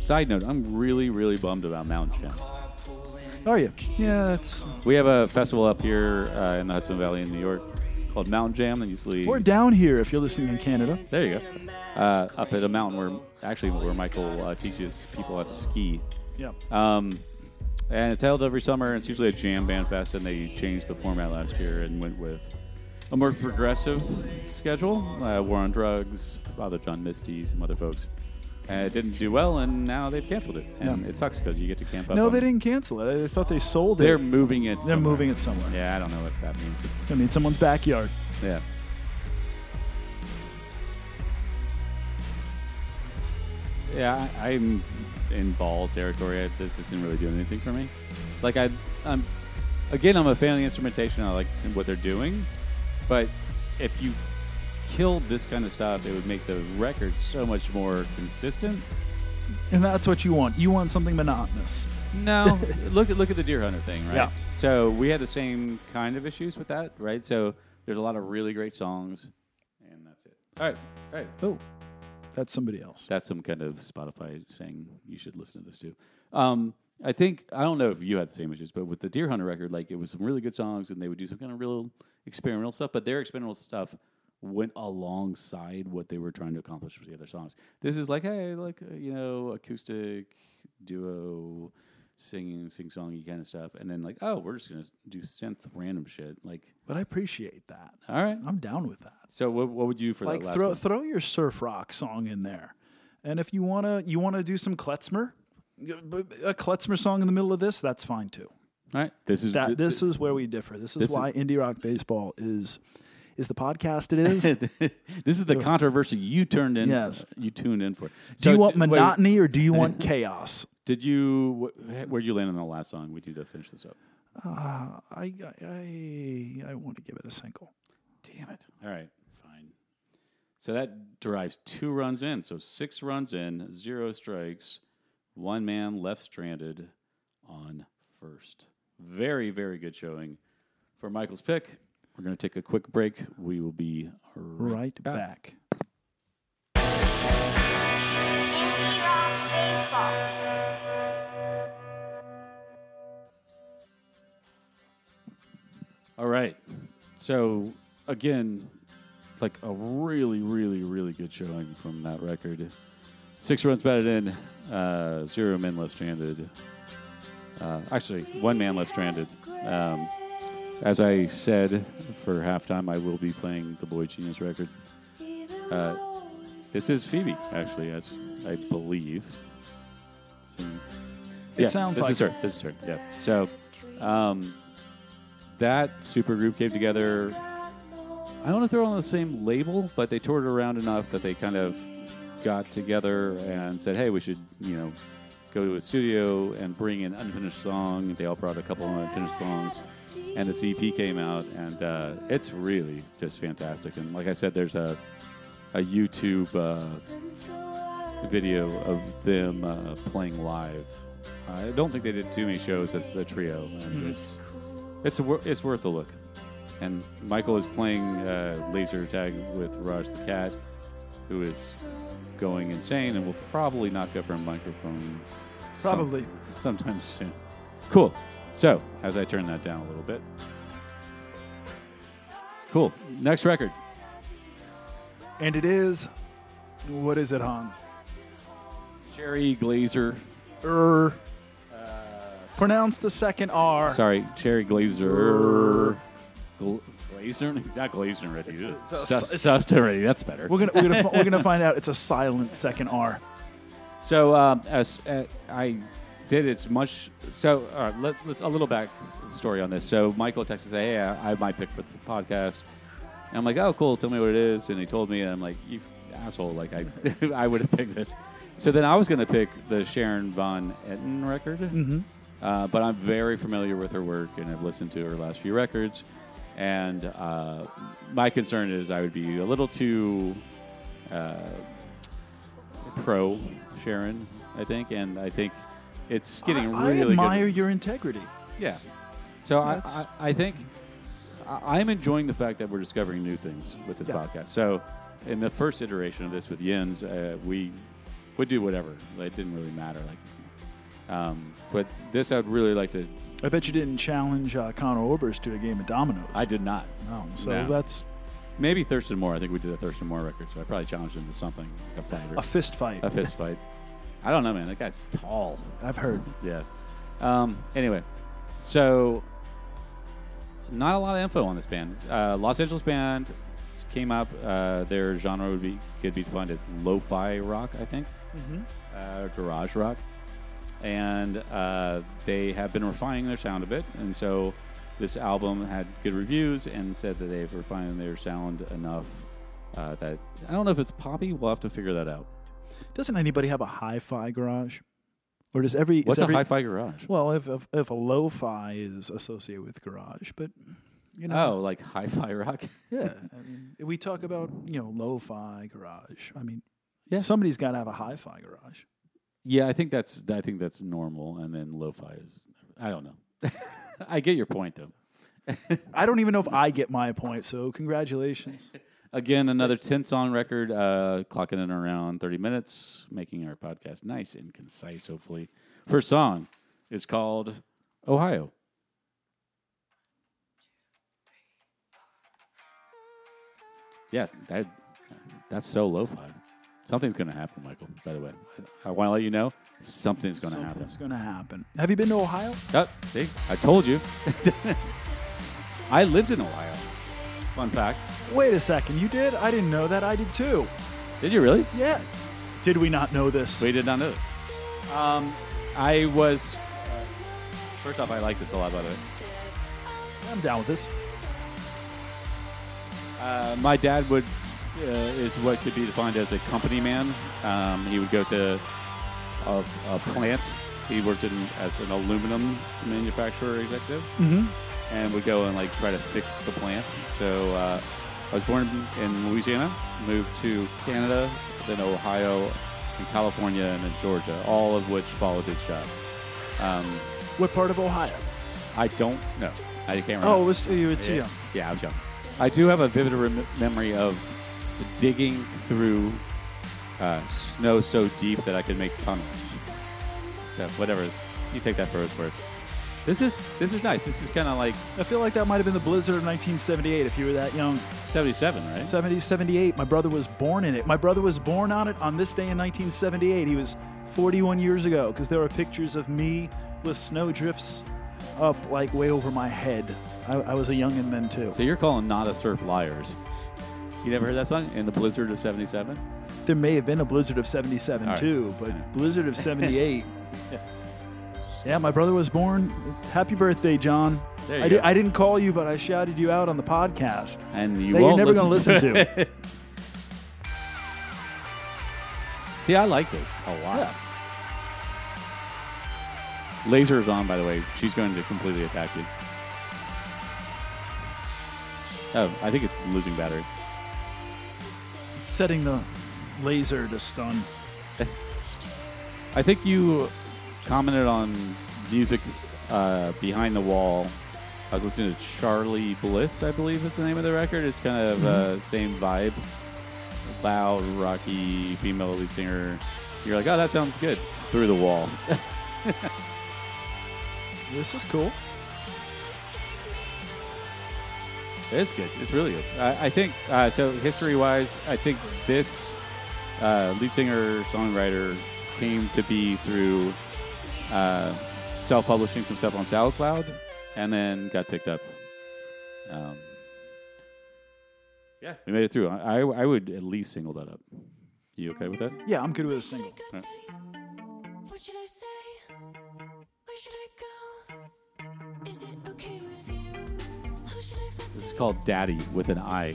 Speaker 1: Side note, I'm really, really bummed about Mountain Jam.
Speaker 2: Are you? Yeah, it's
Speaker 1: We have a festival up here uh, in the Hudson Valley in New York called Mountain Jam that usually
Speaker 2: we're down here. If you're listening in Canada,
Speaker 1: there you go uh, up at a mountain where actually where Michael uh, teaches people how to ski.
Speaker 2: yeah,
Speaker 1: Um, and it's held every summer. and It's usually a jam band fest, and they changed the format last year and went with a more progressive schedule. Uh, War on Drugs, Father John Misty, some other folks. And it didn't do well, and now they've canceled it. And
Speaker 2: Yeah.
Speaker 1: it sucks because you get to camp up.
Speaker 2: no,
Speaker 1: on-
Speaker 2: they didn't cancel it. I thought they sold it.
Speaker 1: They're moving it.
Speaker 2: They're
Speaker 1: somewhere.
Speaker 2: moving it somewhere.
Speaker 1: Yeah, I don't know what that means.
Speaker 2: It's gonna be in someone's backyard.
Speaker 1: Yeah. yeah, I, I'm in ball territory. I- This isn't really doing anything for me. Like I, I'm again, I'm a fan of the instrumentation. I like what they're doing, but if you killed this kind of stuff, it would make the record so much more consistent.
Speaker 2: And that's what you want. You want something monotonous.
Speaker 1: No, look at look at the deer hunter thing, right?
Speaker 2: Yeah.
Speaker 1: So we had the same kind of issues with that, right? So there's a lot of really great songs, and that's it. All right, all right.
Speaker 2: Oh, that's somebody else.
Speaker 1: That's some kind of Spotify saying you should listen to this too. Um, I think I don't know if you had the same issues, but with the Deer Hunter record, like it was some really good songs, and they would do some kind of real experimental stuff. But their experimental stuff went alongside what they were trying to accomplish with the other songs. This is like, hey, like uh, you know, acoustic duo singing, sing songy kind of stuff, and then like, oh, we're just gonna do synth random shit. Like,
Speaker 2: But I appreciate that.
Speaker 1: all right.
Speaker 2: I'm down with that.
Speaker 1: So what, what would you do for
Speaker 2: Uh-huh. Like
Speaker 1: that last
Speaker 2: throw
Speaker 1: one?
Speaker 2: throw your surf rock song in there, and if you wanna you wanna do some klezmer, a klezmer song in the middle of this, that's fine too.
Speaker 1: all right, this is
Speaker 2: That this is where we differ. This is
Speaker 1: This is-
Speaker 2: why indie rock baseball is is the podcast
Speaker 1: *laughs*
Speaker 2: it is.
Speaker 1: this is the controversy you turned in. uh,
Speaker 2: Yes.
Speaker 1: you tuned in for.
Speaker 2: do you want
Speaker 1: d- wait,
Speaker 2: monotony or do
Speaker 1: *laughs*
Speaker 2: you want chaos?
Speaker 1: did you? Wh- where'd you land on the last song? We need to finish this up.
Speaker 2: I I I, I want to give it a single.
Speaker 1: Damn it! All right, fine. So that derives two runs in. So six runs in, zero strikes, one man left stranded on first. Very very good showing for Michael's pick. We're going to take a quick break. We will be right,
Speaker 2: Right back.
Speaker 6: Indie Rock Baseball.
Speaker 1: All right. So again, like a really, really, really good showing from that record. Six runs batted in, uh, zero men left stranded. Uh, actually, one man left stranded. Um, as I said for halftime, I will be playing the Boy Genius record. Uh, this is Phoebe, actually, as I believe. Singing.
Speaker 2: It sounds
Speaker 1: this
Speaker 2: like
Speaker 1: is her. This is her. Yeah. So, um, that supergroup came together. I don't know if they're on the same label, but they toured around enough that they kind of got together and said, "Hey, we should, you know, go to a studio and bring an unfinished song." They all brought a couple of unfinished songs, and this EP came out, and uh, it's really just fantastic. And like I said, there's a a YouTube uh, video of them uh, playing live. I don't think they did too many shows as a trio, and it's it's wor- it's worth a look. And Michael is playing uh, laser tag with Raj the cat, who is going insane and will probably knock over a microphone. some-
Speaker 2: Probably.
Speaker 1: sometime soon. Cool. So as I turn that down a little bit, cool. Next record.
Speaker 2: And it is what is it, Hans?
Speaker 1: Sherry Glazer.
Speaker 2: Er.
Speaker 1: Uh,
Speaker 2: Pronounce the second R.
Speaker 1: Sorry, Sherry Glazer. Gl- Glazner? *laughs* Not Glazner already. Stuff, stuffed already. That's better.
Speaker 2: We're gonna
Speaker 1: *laughs*
Speaker 2: we're gonna, fi- we're gonna find out it's a silent second R.
Speaker 1: So um, as uh, I did as much. So all right, let, let's a little back story on this. So Michael texted say, "Hey, I I have my pick for this podcast." And I'm like, "Oh, cool. Tell me what it is." And he told me, and I'm like, "You asshole! Like I, *laughs* I would have picked this." So then I was going to pick the Sharon Von Etten record,
Speaker 2: Mm-hmm.
Speaker 1: uh, but I'm very familiar with her work and I've listened to her last few records. And uh, my concern is I would be a little too uh, pro Sharon, I think, and I think it's getting
Speaker 2: I,
Speaker 1: really
Speaker 2: I admire
Speaker 1: good.
Speaker 2: your integrity.
Speaker 1: Yeah. So I,
Speaker 2: That's-
Speaker 1: I, I think I, I'm enjoying the fact that we're discovering new things with this
Speaker 2: Yeah.
Speaker 1: podcast. So in the first iteration of this with Yins, uh, we would do whatever. It didn't really matter. Like, um, but this I'd really like to.
Speaker 2: I bet you didn't challenge uh, Connor Oberst to a game of dominoes.
Speaker 1: I did not.
Speaker 2: No, so
Speaker 1: No.
Speaker 2: that's
Speaker 1: Maybe Thurston Moore. I think we did a Thurston Moore record, so I probably challenged him to something, a fight or
Speaker 2: a fist fight.
Speaker 1: a fist fight. I don't know, man. That guy's tall.
Speaker 2: I've heard.
Speaker 1: Yeah. Um, anyway, so not a lot of info on this band. Uh, Los Angeles band came up. Uh, their genre would be could be defined as lo-fi rock, I think,
Speaker 2: Mm-hmm.
Speaker 1: uh, garage rock, and uh, they have been refining their sound a bit. And so this album had good reviews and said that they've refined their sound enough uh, that I don't know if it's poppy. We'll have to figure that out.
Speaker 2: Doesn't anybody have a hi-fi garage? Or does every is
Speaker 1: What's a
Speaker 2: every-
Speaker 1: hi-fi garage?
Speaker 2: Well, if, if if a lo-fi is associated with garage, but you know,
Speaker 1: Oh, like hi-fi rock. *laughs*
Speaker 2: yeah. I mean, we talk about you know lo-fi garage. I mean,
Speaker 1: Yeah.
Speaker 2: somebody's got to have a hi-fi garage.
Speaker 1: yeah, I think that's I think that's normal. And then lo-fi is I don't know. *laughs* I get your point though.
Speaker 2: I don't even know if I get my point. So congratulations.
Speaker 1: Again, another ten song record, uh, clocking in around thirty minutes, making our podcast nice and concise. Hopefully, first song is called Ohio. Yeah, that that's so lo-fi. Something's gonna happen, Michael. By the way, I, I want to let you know something's gonna happen.
Speaker 2: Something's gonna happen. Have you been to Ohio?
Speaker 1: Oh, see, I told you. *laughs* I lived in Ohio. Fun fact.
Speaker 2: Wait a second. You did? I didn't know that. I did too.
Speaker 1: Did you really?
Speaker 2: Yeah. Did we not know this?
Speaker 1: We did not know. Um, I was. Uh, first off, I like this a lot, by the way.
Speaker 2: I'm down with this.
Speaker 1: Uh, my dad would uh, is what could be defined as a company man. Um, he would go to a, a plant. He worked in as an aluminum manufacturer executive, and would go and like try to fix the plant. So uh, I was born in Louisiana, moved to Canada, then Ohio, and California, and then Georgia, all of which followed his job.
Speaker 2: What part of Ohio?
Speaker 1: I don't know. I can't remember.
Speaker 2: Oh, it was, you were too young.
Speaker 1: Yeah, I was young. I do have a vivid rem- memory of digging through uh, snow so deep that I could make tunnels. So whatever, you take that for its worth. This is this is nice. This is kind of like
Speaker 2: I feel like that might have been the blizzard of 1978 if you were that young.
Speaker 1: '77, right?
Speaker 2: 70, 78. My brother was born in it. My brother was born on it on this day in 1978. He was 41 years ago because there are pictures of me with snow drifts up like way over my head. I, I was a youngin' then too.
Speaker 1: So you're calling not a surf liars. You never heard that song in the blizzard of '77?
Speaker 2: There may have been a blizzard of 77
Speaker 1: All right.
Speaker 2: too, but
Speaker 1: Yeah. *laughs*
Speaker 2: blizzard of 78. yeah, my brother was born. Happy birthday, John.
Speaker 1: There you
Speaker 2: I,
Speaker 1: go.
Speaker 2: I didn't call you, but I shouted you out on the podcast.
Speaker 1: And you
Speaker 2: that
Speaker 1: won't
Speaker 2: you're never gonna
Speaker 1: listen,
Speaker 2: listen to.
Speaker 1: it. *laughs* See, I like this a lot.
Speaker 2: Yeah.
Speaker 1: Laser is on, by the way. She's going to completely attack you. Oh, I think it's losing battery.
Speaker 2: Setting the laser to stun.
Speaker 1: I think you commented on music uh, behind the wall. I was listening to Charlie Bliss, I believe is the name of the record. It's kind of uh, same vibe, loud, rocky female lead singer. You're like, oh, that sounds good. Through the wall.
Speaker 2: This is cool.
Speaker 1: It's good. It's really good. I, I think uh, so. History wise, I think this uh, lead singer songwriter came to be through uh, self publishing some stuff on SoundCloud, and then got picked up. Um, yeah, we made it through. I, I I would at least single that up. You okay with that?
Speaker 2: Yeah, I'm good with a single.
Speaker 1: Yeah.
Speaker 7: What should I say? Where should I go? Is it okay with you? Who should I fuck
Speaker 1: This is called Daddy with an I.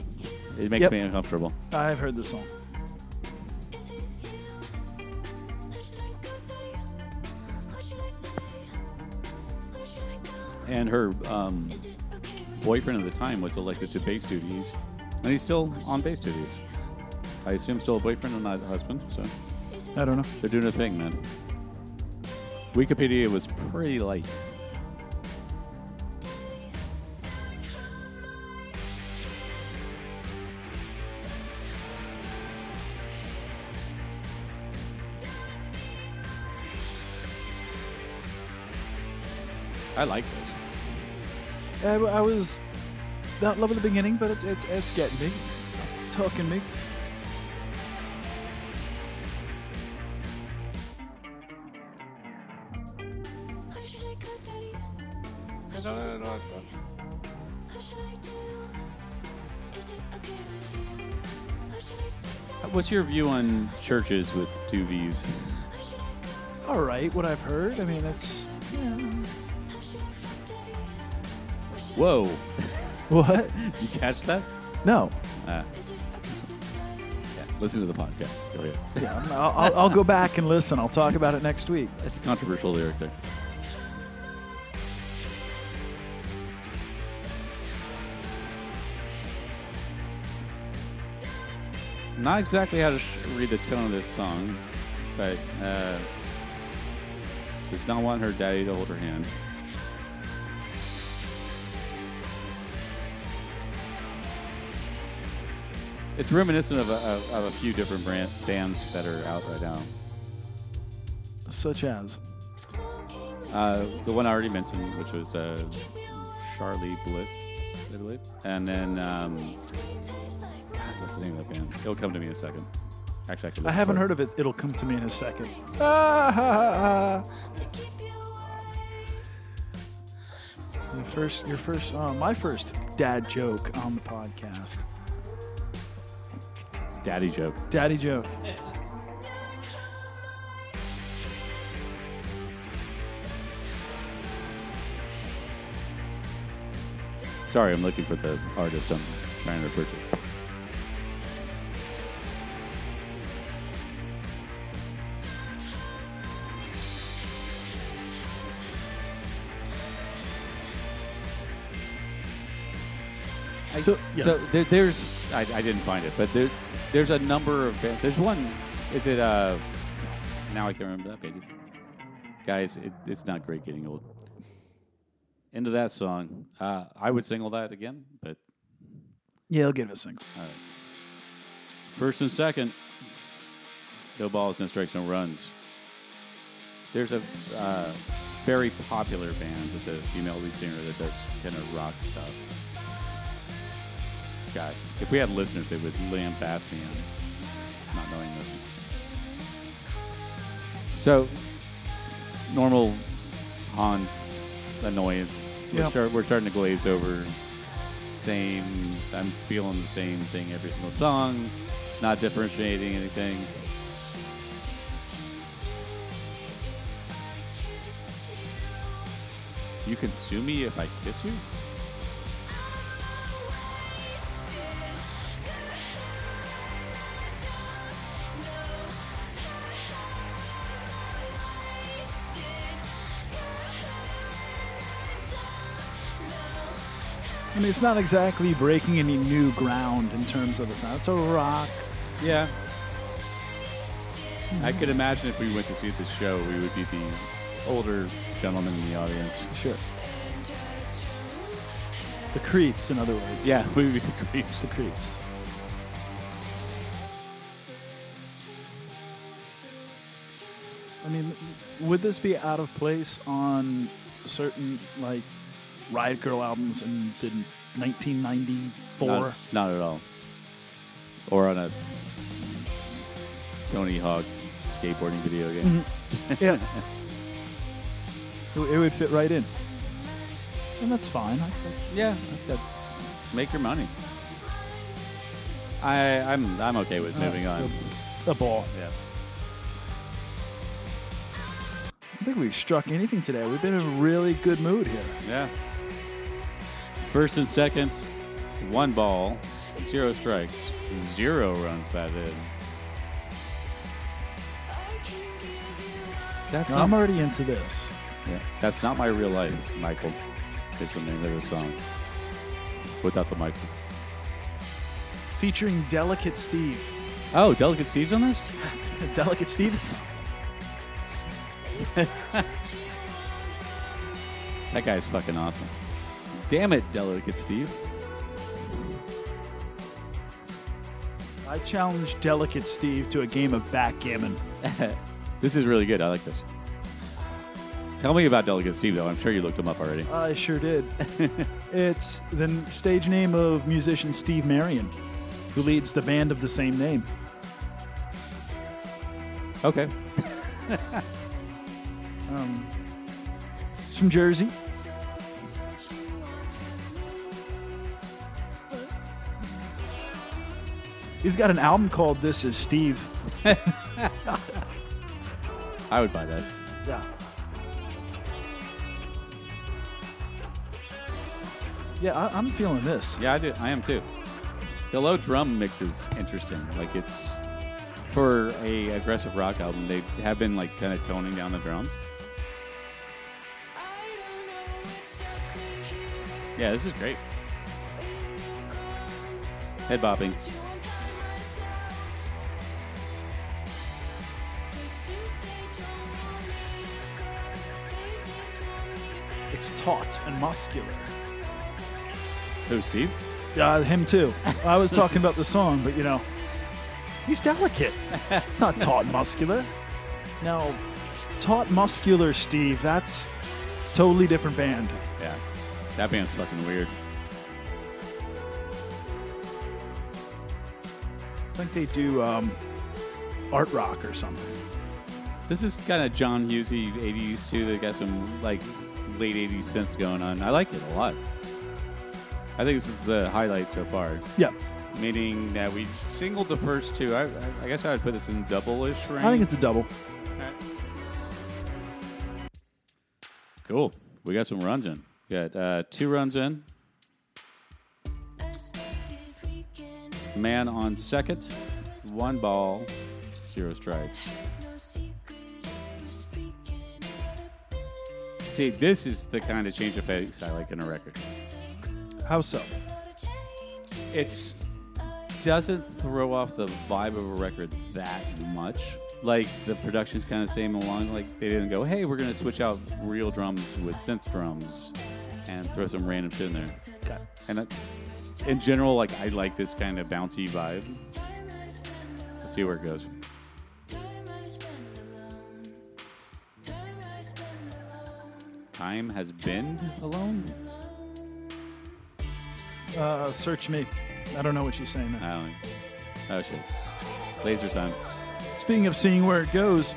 Speaker 1: It makes
Speaker 2: Yep.
Speaker 1: me uncomfortable.
Speaker 2: I've heard this song.
Speaker 7: to? Is it you? Who should I go to? What should I say? Where should I go?
Speaker 1: And her um,
Speaker 7: Is it okay with
Speaker 1: boyfriend at the time was elected to bass duties, and he's still on bass duties. I assume still a boyfriend and not a husband, so
Speaker 2: I don't know.
Speaker 1: they're doing a thing, man. Wikipedia was pretty light. I like this.
Speaker 2: I, I was not loving the beginning, but it's it's, it's getting me, talking me.
Speaker 7: you? Where should I go to? What should I say? What should I do? Is it okay with you? Who should I say to?
Speaker 1: What's your view on churches with two V's?
Speaker 7: Where should I go?
Speaker 2: All right, what I've heard. I mean, it's
Speaker 7: How should I fuck daddy? Where should I
Speaker 1: Whoa.
Speaker 2: what?
Speaker 1: *laughs* You catch that?
Speaker 2: No,
Speaker 1: Uh,
Speaker 7: Is it okay to play?
Speaker 1: Yeah. Listen to the podcast. Go ahead.
Speaker 2: Yeah, I'm- I'll, I'll, I'll go back and listen. I'll talk about it next week.
Speaker 1: That's a controversial lyric there. Not exactly how to sh- read the tone of this song, but uh, does not want her daddy to hold her hand. It's reminiscent of a, of, of a few different brand, bands that are out right now.
Speaker 2: Such as,
Speaker 1: Uh, the one I already mentioned, which was uh, Charlie Bliss, I believe. And then, um, God, what's the name of that band? It'll come to me in a second. Actually, I, can
Speaker 2: I
Speaker 1: look
Speaker 2: haven't
Speaker 1: for
Speaker 2: heard of it. It'll come to me in a second. *laughs* Your first, your first, uh, my first dad joke on the podcast.
Speaker 1: Daddy Joke.
Speaker 2: Daddy joke.
Speaker 1: Sorry, I'm looking for the artist I'm trying to refer to. I-
Speaker 2: So- yeah.
Speaker 1: so there, there's I, I didn't find it, but there, there's a number of bands. There's one. Is it uh? Now I can't remember that band. Guys, it, it's not great getting old. Into that song, uh, I would single that again, but
Speaker 2: Yeah, I'll give it a single.
Speaker 1: First and second, no balls, no strikes, no runs. There's a uh, very popular band with a female lead singer that does kind of rock stuff. God, if we had listeners, they would lambast me on not knowing this. So, normal Hans annoyance. We're,
Speaker 2: Yeah.
Speaker 1: start, we're starting to glaze over. Same, I'm feeling the same thing every single song, not differentiating anything. You can sue me if I kiss you?
Speaker 2: I mean, it's not exactly breaking any new ground in terms of the sound. It's a rock.
Speaker 1: Yeah. I could imagine if we went to see this show, we would be the older gentleman in the audience.
Speaker 2: Sure. The creeps, in other
Speaker 1: *laughs*
Speaker 2: words.
Speaker 1: Yeah, we would be the creeps.
Speaker 2: The creeps. I mean, would this be out of place on certain, like, Riot Girl albums in the 1994?
Speaker 1: Not, not at all. Or on a Tony Hawk skateboarding video game.
Speaker 2: Yeah. it, it would fit right in. And that's fine. I-
Speaker 1: Yeah, that- make your money. I, I'm I'm okay with moving on.
Speaker 2: A ball.
Speaker 1: Yeah.
Speaker 2: I don't think we've struck anything today. We've been in a really good mood here.
Speaker 1: Yeah. First and second, one ball, zero strikes, zero runs batted in. That's
Speaker 2: I'm already into this.
Speaker 1: Yeah. That's not my real life, Michael. Is the name of the song. Without the Michael.
Speaker 2: Featuring Delicate Steve. *laughs*
Speaker 1: Oh, Delicate Steve's on this?
Speaker 2: Delicate Steve is
Speaker 1: That guy's fucking awesome. Damn it, Delicate Steve.
Speaker 2: I challenge Delicate Steve to a game of backgammon.
Speaker 1: This is really good. I like this. Tell me about Delicate Steve, though. I'm sure you looked him up already.
Speaker 2: I sure did. *laughs* it's the n- stage name of musician Steve Marion, who leads the band of the same name.
Speaker 1: Okay.
Speaker 2: He's from Jersey. He's got an album called This Is Steve.
Speaker 1: I would buy that.
Speaker 2: Yeah. Yeah, I, I'm feeling this.
Speaker 1: Yeah, I do. I am too. The low drum mix is interesting. Like it's for a aggressive rock album, they have been like kind of toning down the drums. Yeah, this is great. Head bopping.
Speaker 2: It's taut and muscular.
Speaker 1: Who, Steve?
Speaker 2: Uh, him too. I was talking about the song, but you know, he's delicate. It's not taut muscular. Now, taut muscular, Steve. That's totally different band.
Speaker 1: Yeah, that band's fucking weird.
Speaker 2: I think they do um, art rock or something.
Speaker 1: This is kind of John Hughesy '80s too. They got some like late '80s synths going on. I like it a lot. I think this is the highlight so far.
Speaker 2: Yeah,
Speaker 1: Meaning that we singled the first two. I, I, I guess I would put this in double-ish range.
Speaker 2: I think it's a double.
Speaker 1: cool. We got some runs in. We got uh, two runs in. Man on second, one ball, zero strikes. See, this is the kind of change of pace I like in a record.
Speaker 2: How so?
Speaker 1: It's doesn't throw off the vibe of a record that much. Like the production's kind of same along. Like they didn't go, hey, we're gonna switch out real drums with synth drums and throw some random shit in there. And I, in general, like I like this kind of bouncy vibe. Let's see where it goes. Time has been alone.
Speaker 2: Uh, search me. I don't know what you're saying. There.
Speaker 1: I don't. Oh shit! Laser time.
Speaker 2: Speaking of seeing where it goes,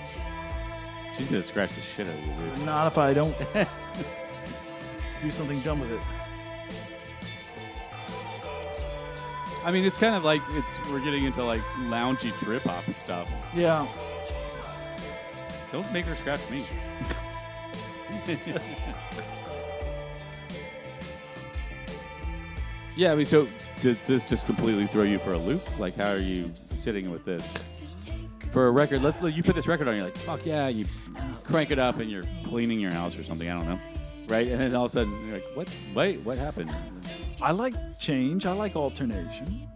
Speaker 1: She's gonna scratch the shit out of you, dude.
Speaker 2: not if I don't *laughs* do something dumb with it.
Speaker 1: I mean, it's kind of like it's we're getting into like loungy trip hop stuff.
Speaker 2: Yeah.
Speaker 1: Don't make her scratch me. *laughs* yeah, I mean, so does this just completely throw you for a loop? Like, how are you sitting with this? For a record, let's you put this record on. You're like, fuck yeah, you crank it up, and you're cleaning your house or something. I don't know, right? And then all of a sudden, you're like, what? Wait, what happened?
Speaker 2: I like change. I like alternation.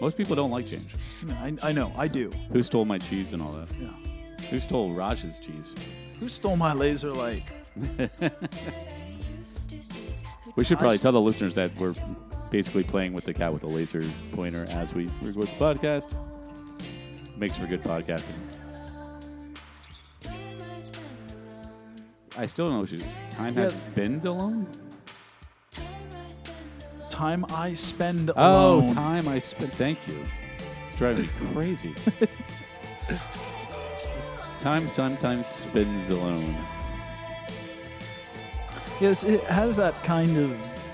Speaker 1: Most people don't like change.
Speaker 2: I, I know. I do.
Speaker 1: Who stole my cheese and all that?
Speaker 2: Yeah.
Speaker 1: Who stole Raj's cheese?
Speaker 2: Who stole my laser light?
Speaker 1: We should probably tell the listeners that we're basically playing with the cat with a laser pointer as we record the podcast. Makes for good podcasting. I still don't know what she's. Time has
Speaker 2: Yeah.
Speaker 1: been alone?
Speaker 2: Time I spend
Speaker 1: Oh,
Speaker 2: alone.
Speaker 1: time I spent. Thank you. It's driving me *laughs* crazy. time sometimes spins alone.
Speaker 2: Yes, it has that kind of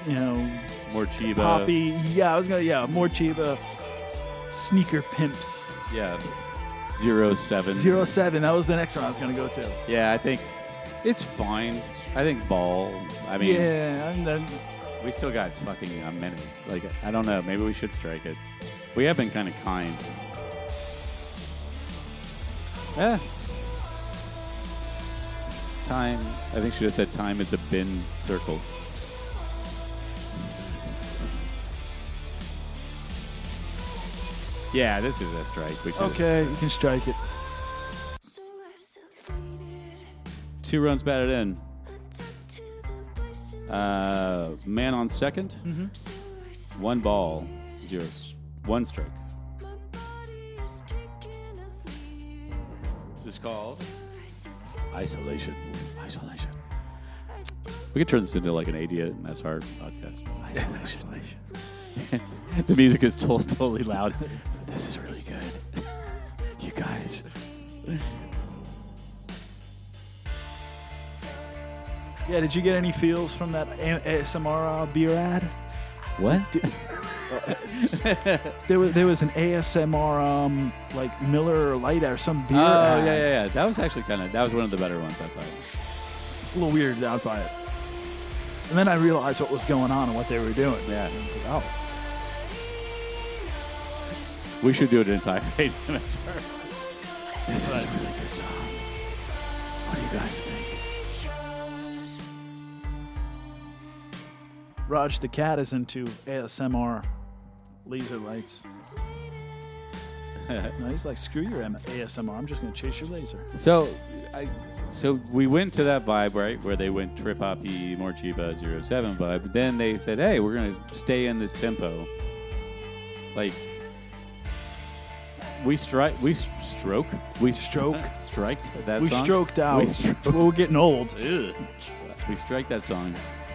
Speaker 2: you know
Speaker 1: More Chiba.
Speaker 2: poppy. Yeah, I was gonna. Yeah, more Chiba sneaker pimps.
Speaker 1: Yeah. Zero seven.
Speaker 2: Zero seven. That was the next one I was gonna go to.
Speaker 1: Yeah, I think it's fine. I think ball. I mean,
Speaker 2: Yeah, and then
Speaker 1: we still got fucking a minute. Like, I don't know. Maybe we should strike it. We have been kind of kind. Yeah. Eh. Time. I think she just said time is a bin circle. Yeah, this is a strike. We should-
Speaker 2: okay, you can strike it.
Speaker 1: Two runs batted in. Uh, man on 2nd One ball, zero, s- one strike. This is called isolation. Isolation. We could turn this into like an idiot and that's our podcast. Isolation. *laughs* the music is to- totally loud. this is really good. you guys.
Speaker 2: Yeah, did you get any feels from that A- ASMR uh, beer ad?
Speaker 1: What?
Speaker 2: There was there was an ASMR um like Miller Light or some beer.
Speaker 1: Oh yeah,
Speaker 2: ad.
Speaker 1: yeah, yeah. That was actually kind of that was one of the better ones I thought.
Speaker 2: It's a little weirded out by it. And then I realized oh. what was going on and what they were doing.
Speaker 1: Yeah.
Speaker 2: I was like, oh.
Speaker 1: We should do an entire *laughs* eight minutes. This is a really good song. What do you guys think?
Speaker 2: Raj the cat is into ASMR
Speaker 1: *laughs*
Speaker 2: laser lights. no, he's like, screw your M- ASMR. I'm just going to chase your laser.
Speaker 1: So, I, so we went to that vibe right where they went trip hoppy, more Chiba 07 vibe. But then they said, "Hey, we're gonna stay in this tempo." Like we strike, we s- stroke, we
Speaker 2: Stroke.
Speaker 1: *laughs* striked that
Speaker 2: we
Speaker 1: song.
Speaker 2: stroked out.
Speaker 1: We stroked.
Speaker 2: We're
Speaker 1: *laughs*
Speaker 2: getting old.
Speaker 1: we strike that song.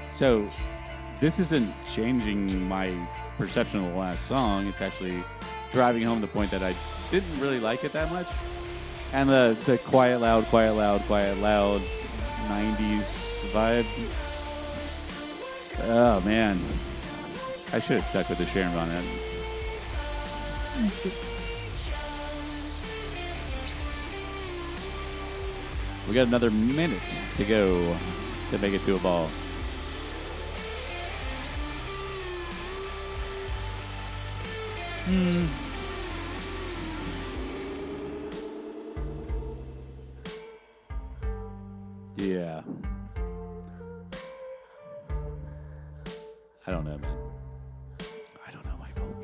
Speaker 1: So this isn't changing my perception of the last song. It's actually driving home the point that I didn't really like it that much. And the, the quiet, loud, quiet, loud, quiet, loud 90s vibe. Oh, man. I should have stuck with the Sharon Von Etten. We got another minute to go to make it to a ball. Yeah. I don't know, man. I don't know, Michael.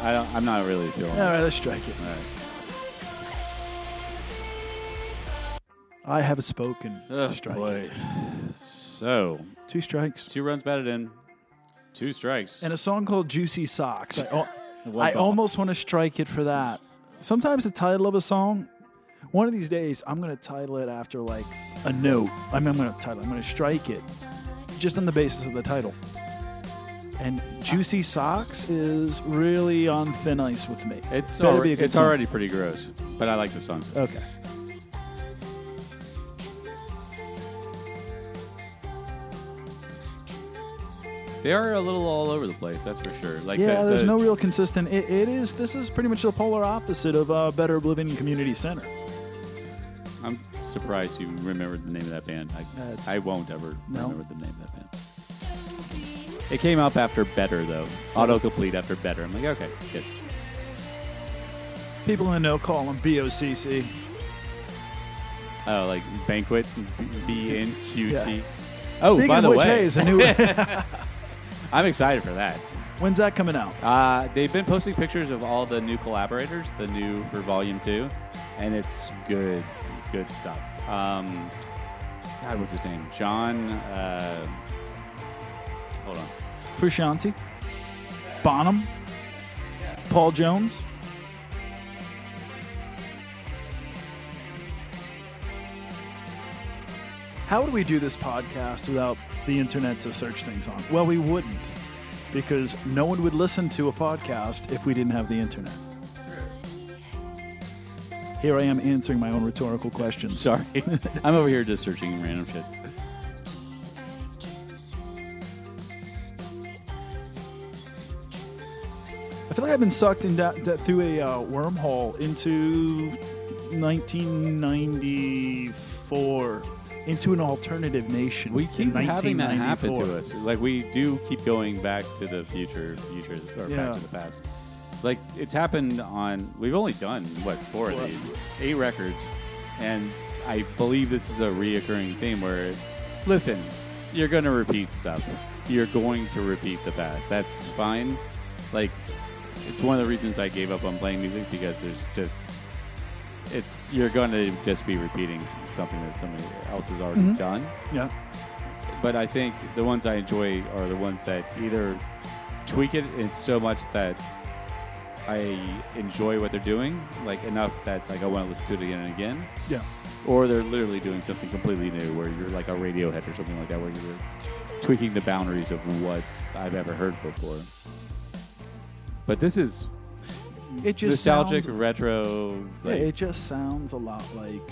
Speaker 1: I don't, I'm not really feeling
Speaker 2: All right,
Speaker 1: this.
Speaker 2: let's strike it. I have spoken.
Speaker 1: Ugh,
Speaker 2: strike
Speaker 1: boy.
Speaker 2: it.
Speaker 1: So,
Speaker 2: Two strikes.
Speaker 1: two runs batted in, two strikes.
Speaker 2: And a song called Juicy Socks. I, al-
Speaker 1: One
Speaker 2: I
Speaker 1: ball.
Speaker 2: almost want to strike it for that. Sometimes the title of a song, one of these days, I'm going to title it after like a note. I mean, I'm going to title it, I'm going to strike it just on the basis of the title. And Juicy Socks is really on thin ice with me.
Speaker 1: It's
Speaker 2: Better be
Speaker 1: already,
Speaker 2: a good
Speaker 1: it's
Speaker 2: song.
Speaker 1: already pretty gross, but I like the song.
Speaker 2: Okay.
Speaker 1: They are a little all over the place, that's for sure. Like
Speaker 2: Yeah,
Speaker 1: the,
Speaker 2: there's
Speaker 1: the-
Speaker 2: no real consistent. It, it is. This is pretty much the polar opposite of uh, Better Oblivion Community Center.
Speaker 1: I'm surprised you remembered the name of that band.
Speaker 2: Uh, it's-
Speaker 1: I, I won't ever
Speaker 2: No.
Speaker 1: remember the name of that band. It came up after Better though. Autocomplete after Better. I'm like, okay, good.
Speaker 2: People in the know call them BOCC.
Speaker 1: Oh, like Banquet, B N Q T.
Speaker 2: Yeah.
Speaker 1: Oh,
Speaker 2: Speaking
Speaker 1: by
Speaker 2: of
Speaker 1: the
Speaker 2: which,
Speaker 1: way,
Speaker 2: hey, is
Speaker 1: *laughs*
Speaker 2: a new.
Speaker 1: I'm excited for that.
Speaker 2: when's that coming out?
Speaker 1: Uh, they've been posting pictures of all the new collaborators, the new for Volume Two, and it's good, good stuff. Um, God, what's his name? John. Uh, hold on. *laughs*
Speaker 2: Frusciante, Bonham, Paul Jones. How would we do this podcast without the internet to search things on? Well, we wouldn't, because no one would listen to a podcast if we didn't have the internet. Here I am answering my own rhetorical questions.
Speaker 1: Sorry, I'm over here just searching random shit.
Speaker 2: I feel like I've been sucked in da- da- through a uh, wormhole into 1994 into an alternative nation.
Speaker 1: We
Speaker 2: in
Speaker 1: keep having that happen
Speaker 2: 1994.
Speaker 1: to us. Like we do keep going back to the future, future or
Speaker 2: Yeah.
Speaker 1: back to the past. Like it's happened on. We've only done what four of
Speaker 2: What?
Speaker 1: these, eight records, and I believe this is a reoccurring theme where, listen, you're going to repeat stuff. You're going to repeat the past. That's fine. Like it's one of the reasons I gave up on playing music because there's just it's you're going to just be repeating something that somebody else has already done
Speaker 2: Yeah,
Speaker 1: but I think the ones I enjoy are the ones that either tweak it in so much that I enjoy what they're doing, like enough that like I want to listen to it again and again,
Speaker 2: yeah.
Speaker 1: or they're literally doing something completely new, where you're like a Radiohead or something like that, where you're tweaking the boundaries of what I've ever heard before. But this is
Speaker 2: It just
Speaker 1: nostalgic,
Speaker 2: Sounds,
Speaker 1: retro.
Speaker 2: yeah,
Speaker 1: Like,
Speaker 2: it just sounds a lot like,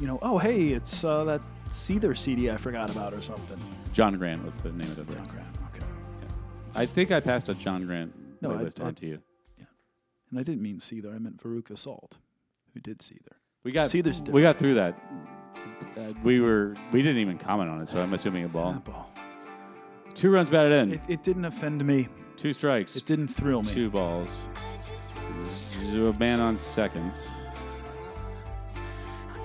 Speaker 2: you know, oh hey, it's uh, that Seether CD I forgot about or something.
Speaker 1: John Grant was the name of the band.
Speaker 2: John Grant. Okay.
Speaker 1: I think I passed a John Grant
Speaker 2: No, I-
Speaker 1: playlist
Speaker 2: I-
Speaker 1: on to you.
Speaker 2: And I didn't mean Seether. I meant Veruca Salt, who did Seether.
Speaker 1: We got
Speaker 2: See, there's
Speaker 1: we got through that. Uh, we were we didn't even comment on it, so I'm assuming a ball.
Speaker 2: Ball.
Speaker 1: Two runs batted in,
Speaker 2: It, it didn't offend me.
Speaker 1: two strikes,
Speaker 2: It didn't thrill me.
Speaker 1: two balls,
Speaker 7: I just want
Speaker 1: Z- a man on second.
Speaker 7: to quit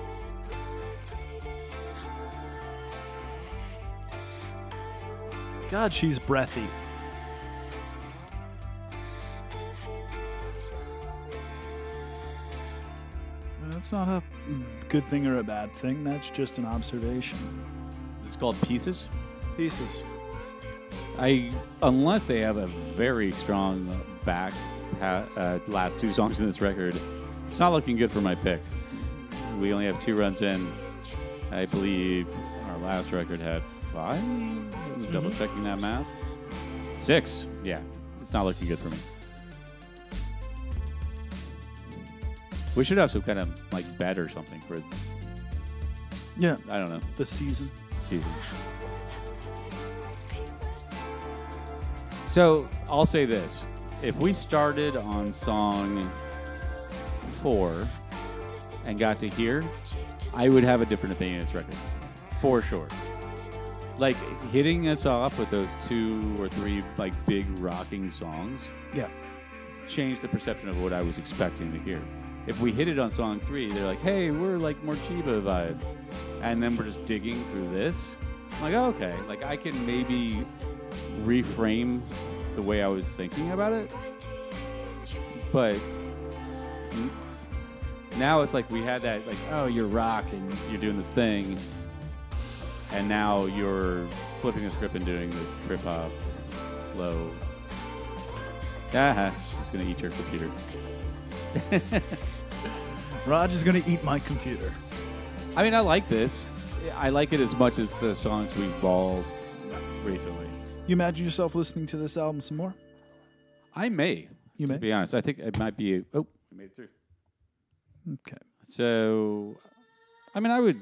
Speaker 7: breathing hard. I don't want
Speaker 2: God, she's breathy.
Speaker 7: every little moment.
Speaker 2: That's not a good thing or a bad thing. That's just an observation.
Speaker 1: This is called pieces.
Speaker 2: Pieces.
Speaker 1: I unless they have a very strong back pa- uh, last two songs in this record, it's not looking good for my picks. We only have two runs in. I believe our last record had 5 Double checking that math. Six. Yeah, it's not looking good for me. We should have some kind of like bet or something for
Speaker 2: Yeah.
Speaker 1: I don't know
Speaker 2: The season.
Speaker 1: season.
Speaker 7: My tongue so I don't repeat myself.
Speaker 1: So I'll say this: if we started on song four and got to here, I would have a different opinion of this record, for sure. Like hitting us off with those two or three like big rocking songs
Speaker 2: Yeah.
Speaker 1: changed the perception of what I was expecting to hear. If we hit it on song three, they're like, "Hey, we're like more Chiba vibe," and then we're just digging through this. I'm like, oh, okay, like I can maybe reframe the way I was thinking about it, but n- now it's like we had that like, oh, you're rock and you're doing this thing, and now you're flipping the script and doing this trip hop slow Ah, she's gonna eat your computer.
Speaker 2: Raj is going to eat my computer.
Speaker 1: I mean, I like this. I like it as much as the songs we've all recently.
Speaker 2: You imagine yourself listening to this album some more?
Speaker 1: I may.
Speaker 2: You
Speaker 1: to
Speaker 2: may.
Speaker 1: be honest. I think it might be. Oh, we made it through.
Speaker 2: Okay.
Speaker 1: So, I mean, I would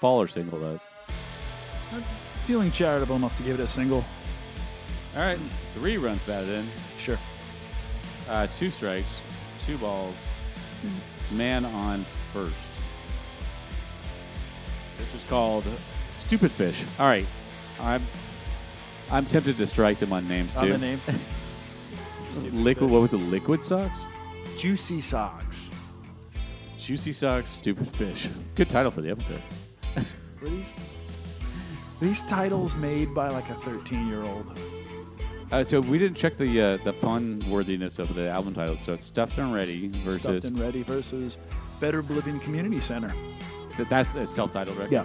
Speaker 1: ball or single that.
Speaker 2: Feeling charitable enough to give it a single?
Speaker 1: All right, three runs batted in,
Speaker 2: Sure.
Speaker 1: uh, two strikes, two balls, man on first. This is called Stupid Fish. All right, I'm I'm tempted to strike them on names too.
Speaker 2: On the name.
Speaker 1: Liquid. What was it? Liquid socks.
Speaker 2: Juicy Socks.
Speaker 1: Juicy socks. Stupid fish. Good title for the episode.
Speaker 2: Were these, were these titles made by like a 13 year old?
Speaker 1: Uh, so we didn't check the uh, the pun worthiness of the album titles. So it's stuffed and ready versus
Speaker 2: Stuffed and Ready versus Better Oblivion Community Center.
Speaker 1: Th- that's a self-titled record.
Speaker 2: Yeah.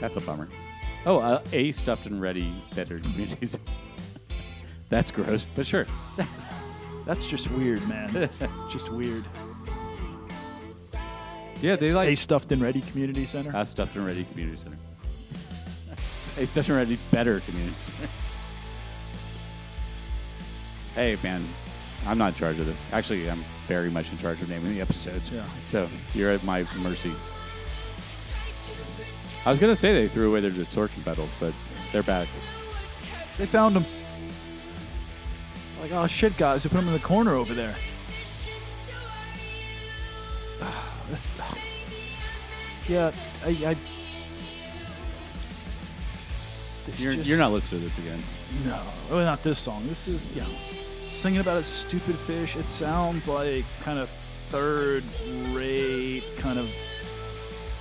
Speaker 1: that's a bummer. Oh, uh, a stuffed and ready better communities. *laughs* that's gross, but sure.
Speaker 2: That's just weird, man.
Speaker 1: *laughs*
Speaker 2: just weird.
Speaker 1: Yeah, they like
Speaker 2: A Stuffed and Ready Community Center.
Speaker 1: a stuffed and ready community center. a stuffed and ready better community center. hey man, I'm not in charge of this. Actually, I'm very much in charge of naming the episodes.
Speaker 2: Yeah.
Speaker 1: So you're at my mercy.
Speaker 7: Try to pretend
Speaker 1: I was gonna say they threw away their distortion pedals, but they're back.
Speaker 7: what's happening.
Speaker 2: They found them. Like, oh shit, guys, they put them in the corner over there.
Speaker 7: So are you.
Speaker 2: That's- yeah, I. I It's
Speaker 1: You're,
Speaker 2: just-
Speaker 1: you're not listening to this again.
Speaker 2: No, well, not this song. This is you know, singing about a stupid fish. It sounds like kind of third-rate, kind of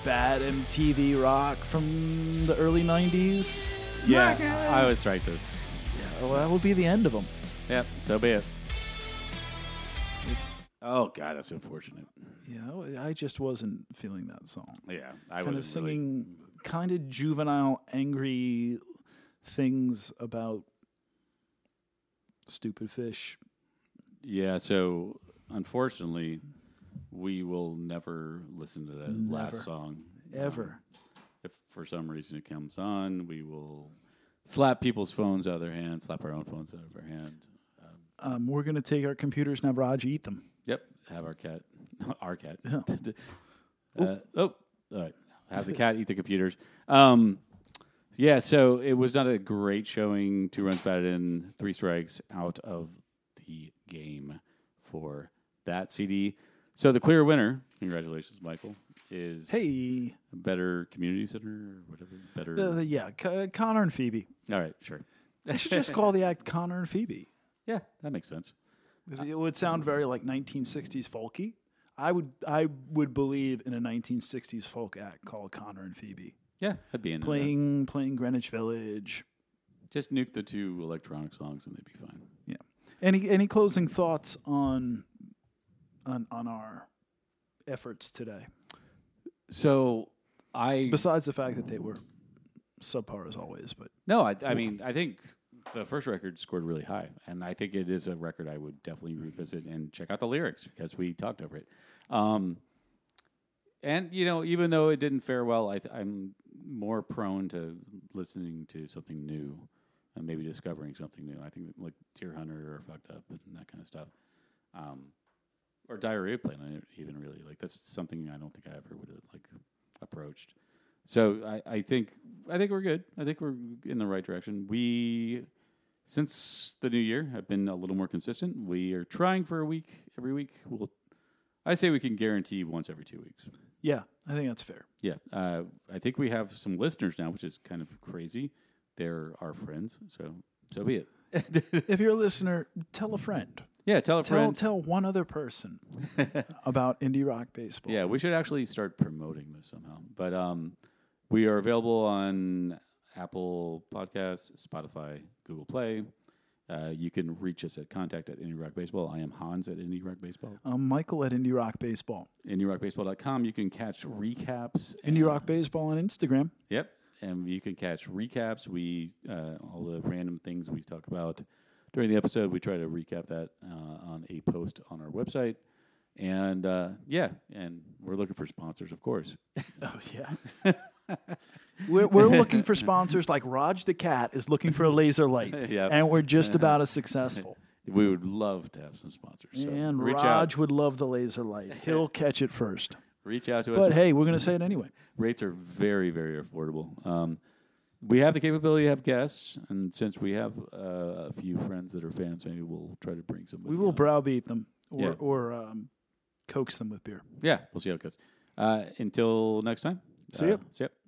Speaker 2: bad MTV rock from the early '90s.
Speaker 1: Yeah, I would strike this.
Speaker 2: Yeah, well, that would be the end of them.
Speaker 1: Yep, so be it. oh god, that's unfortunate.
Speaker 2: Yeah, I just wasn't feeling that song.
Speaker 1: Yeah, I
Speaker 2: kind
Speaker 1: was
Speaker 2: of singing kind of juvenile, angry things about stupid fish.
Speaker 1: Yeah, so unfortunately, we will never listen to that
Speaker 2: Never.
Speaker 1: last song.
Speaker 2: Ever.
Speaker 1: Um, if for some reason it comes on, we will slap people's phones out of their hand, slap our own phones out of our hand.
Speaker 2: Um, we're gonna take our computers and have Raj eat them.
Speaker 1: Yep, have our cat, *laughs* our cat. *laughs* uh, oh, all right. Have the cat eat the computers. Um, yeah, so it was not a great showing. Two runs batted in, three strikes out of the game for that CD. So the clear winner, congratulations, Michael, is
Speaker 2: Hey,
Speaker 1: better community center or whatever. Better.
Speaker 2: uh, yeah, C- Connor and Phoebe.
Speaker 1: All right, sure.
Speaker 2: I should just call the act Connor and Phoebe.
Speaker 1: Yeah, that makes sense.
Speaker 2: It would sound very like 1960s folky. I would I would believe in a 1960s folk act called Connor and Phoebe
Speaker 1: Yeah, I'd be in
Speaker 2: playing playing Greenwich Village.
Speaker 1: Just nuke the two electronic songs and they'd be fine.
Speaker 2: Yeah. Any any closing thoughts on on on our efforts today?
Speaker 1: So I
Speaker 2: Besides the fact that they were subpar as always, but
Speaker 1: no, I, I mean I think the first record scored really high, and I think it is a record I would definitely revisit and check out the lyrics because we talked over it. Um, and you know, even though it didn't fare well, I th- I'm more prone to listening to something new and maybe discovering something new. I think like Deer Hunter or Fucked Up and that kind of stuff. Um, or Diarrhea Planet, even really like that's something I don't think I ever would have like approached. So I, I think I think we're good. I think we're in the right direction. We since the new year have been a little more consistent. We are trying for a week every week. We'll I say we can guarantee once every two weeks.
Speaker 2: yeah, I think that's fair.
Speaker 1: Yeah, uh, I think we have some listeners now, which is kind of crazy. They're our friends, so so be it.
Speaker 2: If you're a listener, tell a friend.
Speaker 1: yeah, tell a
Speaker 2: Tell
Speaker 1: friend.
Speaker 2: tell one other
Speaker 1: *laughs*
Speaker 2: person about indie rock baseball.
Speaker 1: Yeah, we should actually start promoting this somehow. But um, we are available on Apple Podcasts, Spotify, Google Play. Uh, you can reach us at contact at Indie Rock Baseball. I am Hans at Indie Rock Baseball.
Speaker 2: Um, Michael at Indie Rock Baseball.
Speaker 1: IndieRockBaseball.com. You can catch recaps. and-
Speaker 2: Indie Rock Baseball on Instagram.
Speaker 1: Yep. And you can catch recaps. We uh, all the random things we talk about during the episode. We try to recap that uh, on a post on our website. And uh, yeah, and we're looking for sponsors, of course.
Speaker 2: Oh yeah. *laughs*
Speaker 1: *laughs*
Speaker 2: we're, we're looking for sponsors like Raj the Cat is looking for a laser
Speaker 1: *laughs*
Speaker 2: light,
Speaker 1: Yep.
Speaker 2: and we're just about as successful.
Speaker 1: We would love to have some sponsors. So
Speaker 2: and
Speaker 1: reach
Speaker 2: Raj
Speaker 1: out,
Speaker 2: would love the
Speaker 1: *laughs*
Speaker 2: laser light. He'll catch it first.
Speaker 1: reach out to
Speaker 2: But
Speaker 1: us.
Speaker 2: hey, we're going to say it anyway.
Speaker 1: *laughs* Rates are very, very affordable. Um, we have the capability to have guests, and since we have uh, a few friends that are fans, maybe we'll try to bring somebody.
Speaker 2: We will
Speaker 1: on.
Speaker 2: browbeat them or,
Speaker 1: Yeah.
Speaker 2: or um, coax them with beer.
Speaker 1: yeah, we'll see how it goes. Uh, until next time.
Speaker 2: See
Speaker 1: uh,
Speaker 2: ya.
Speaker 1: See ya.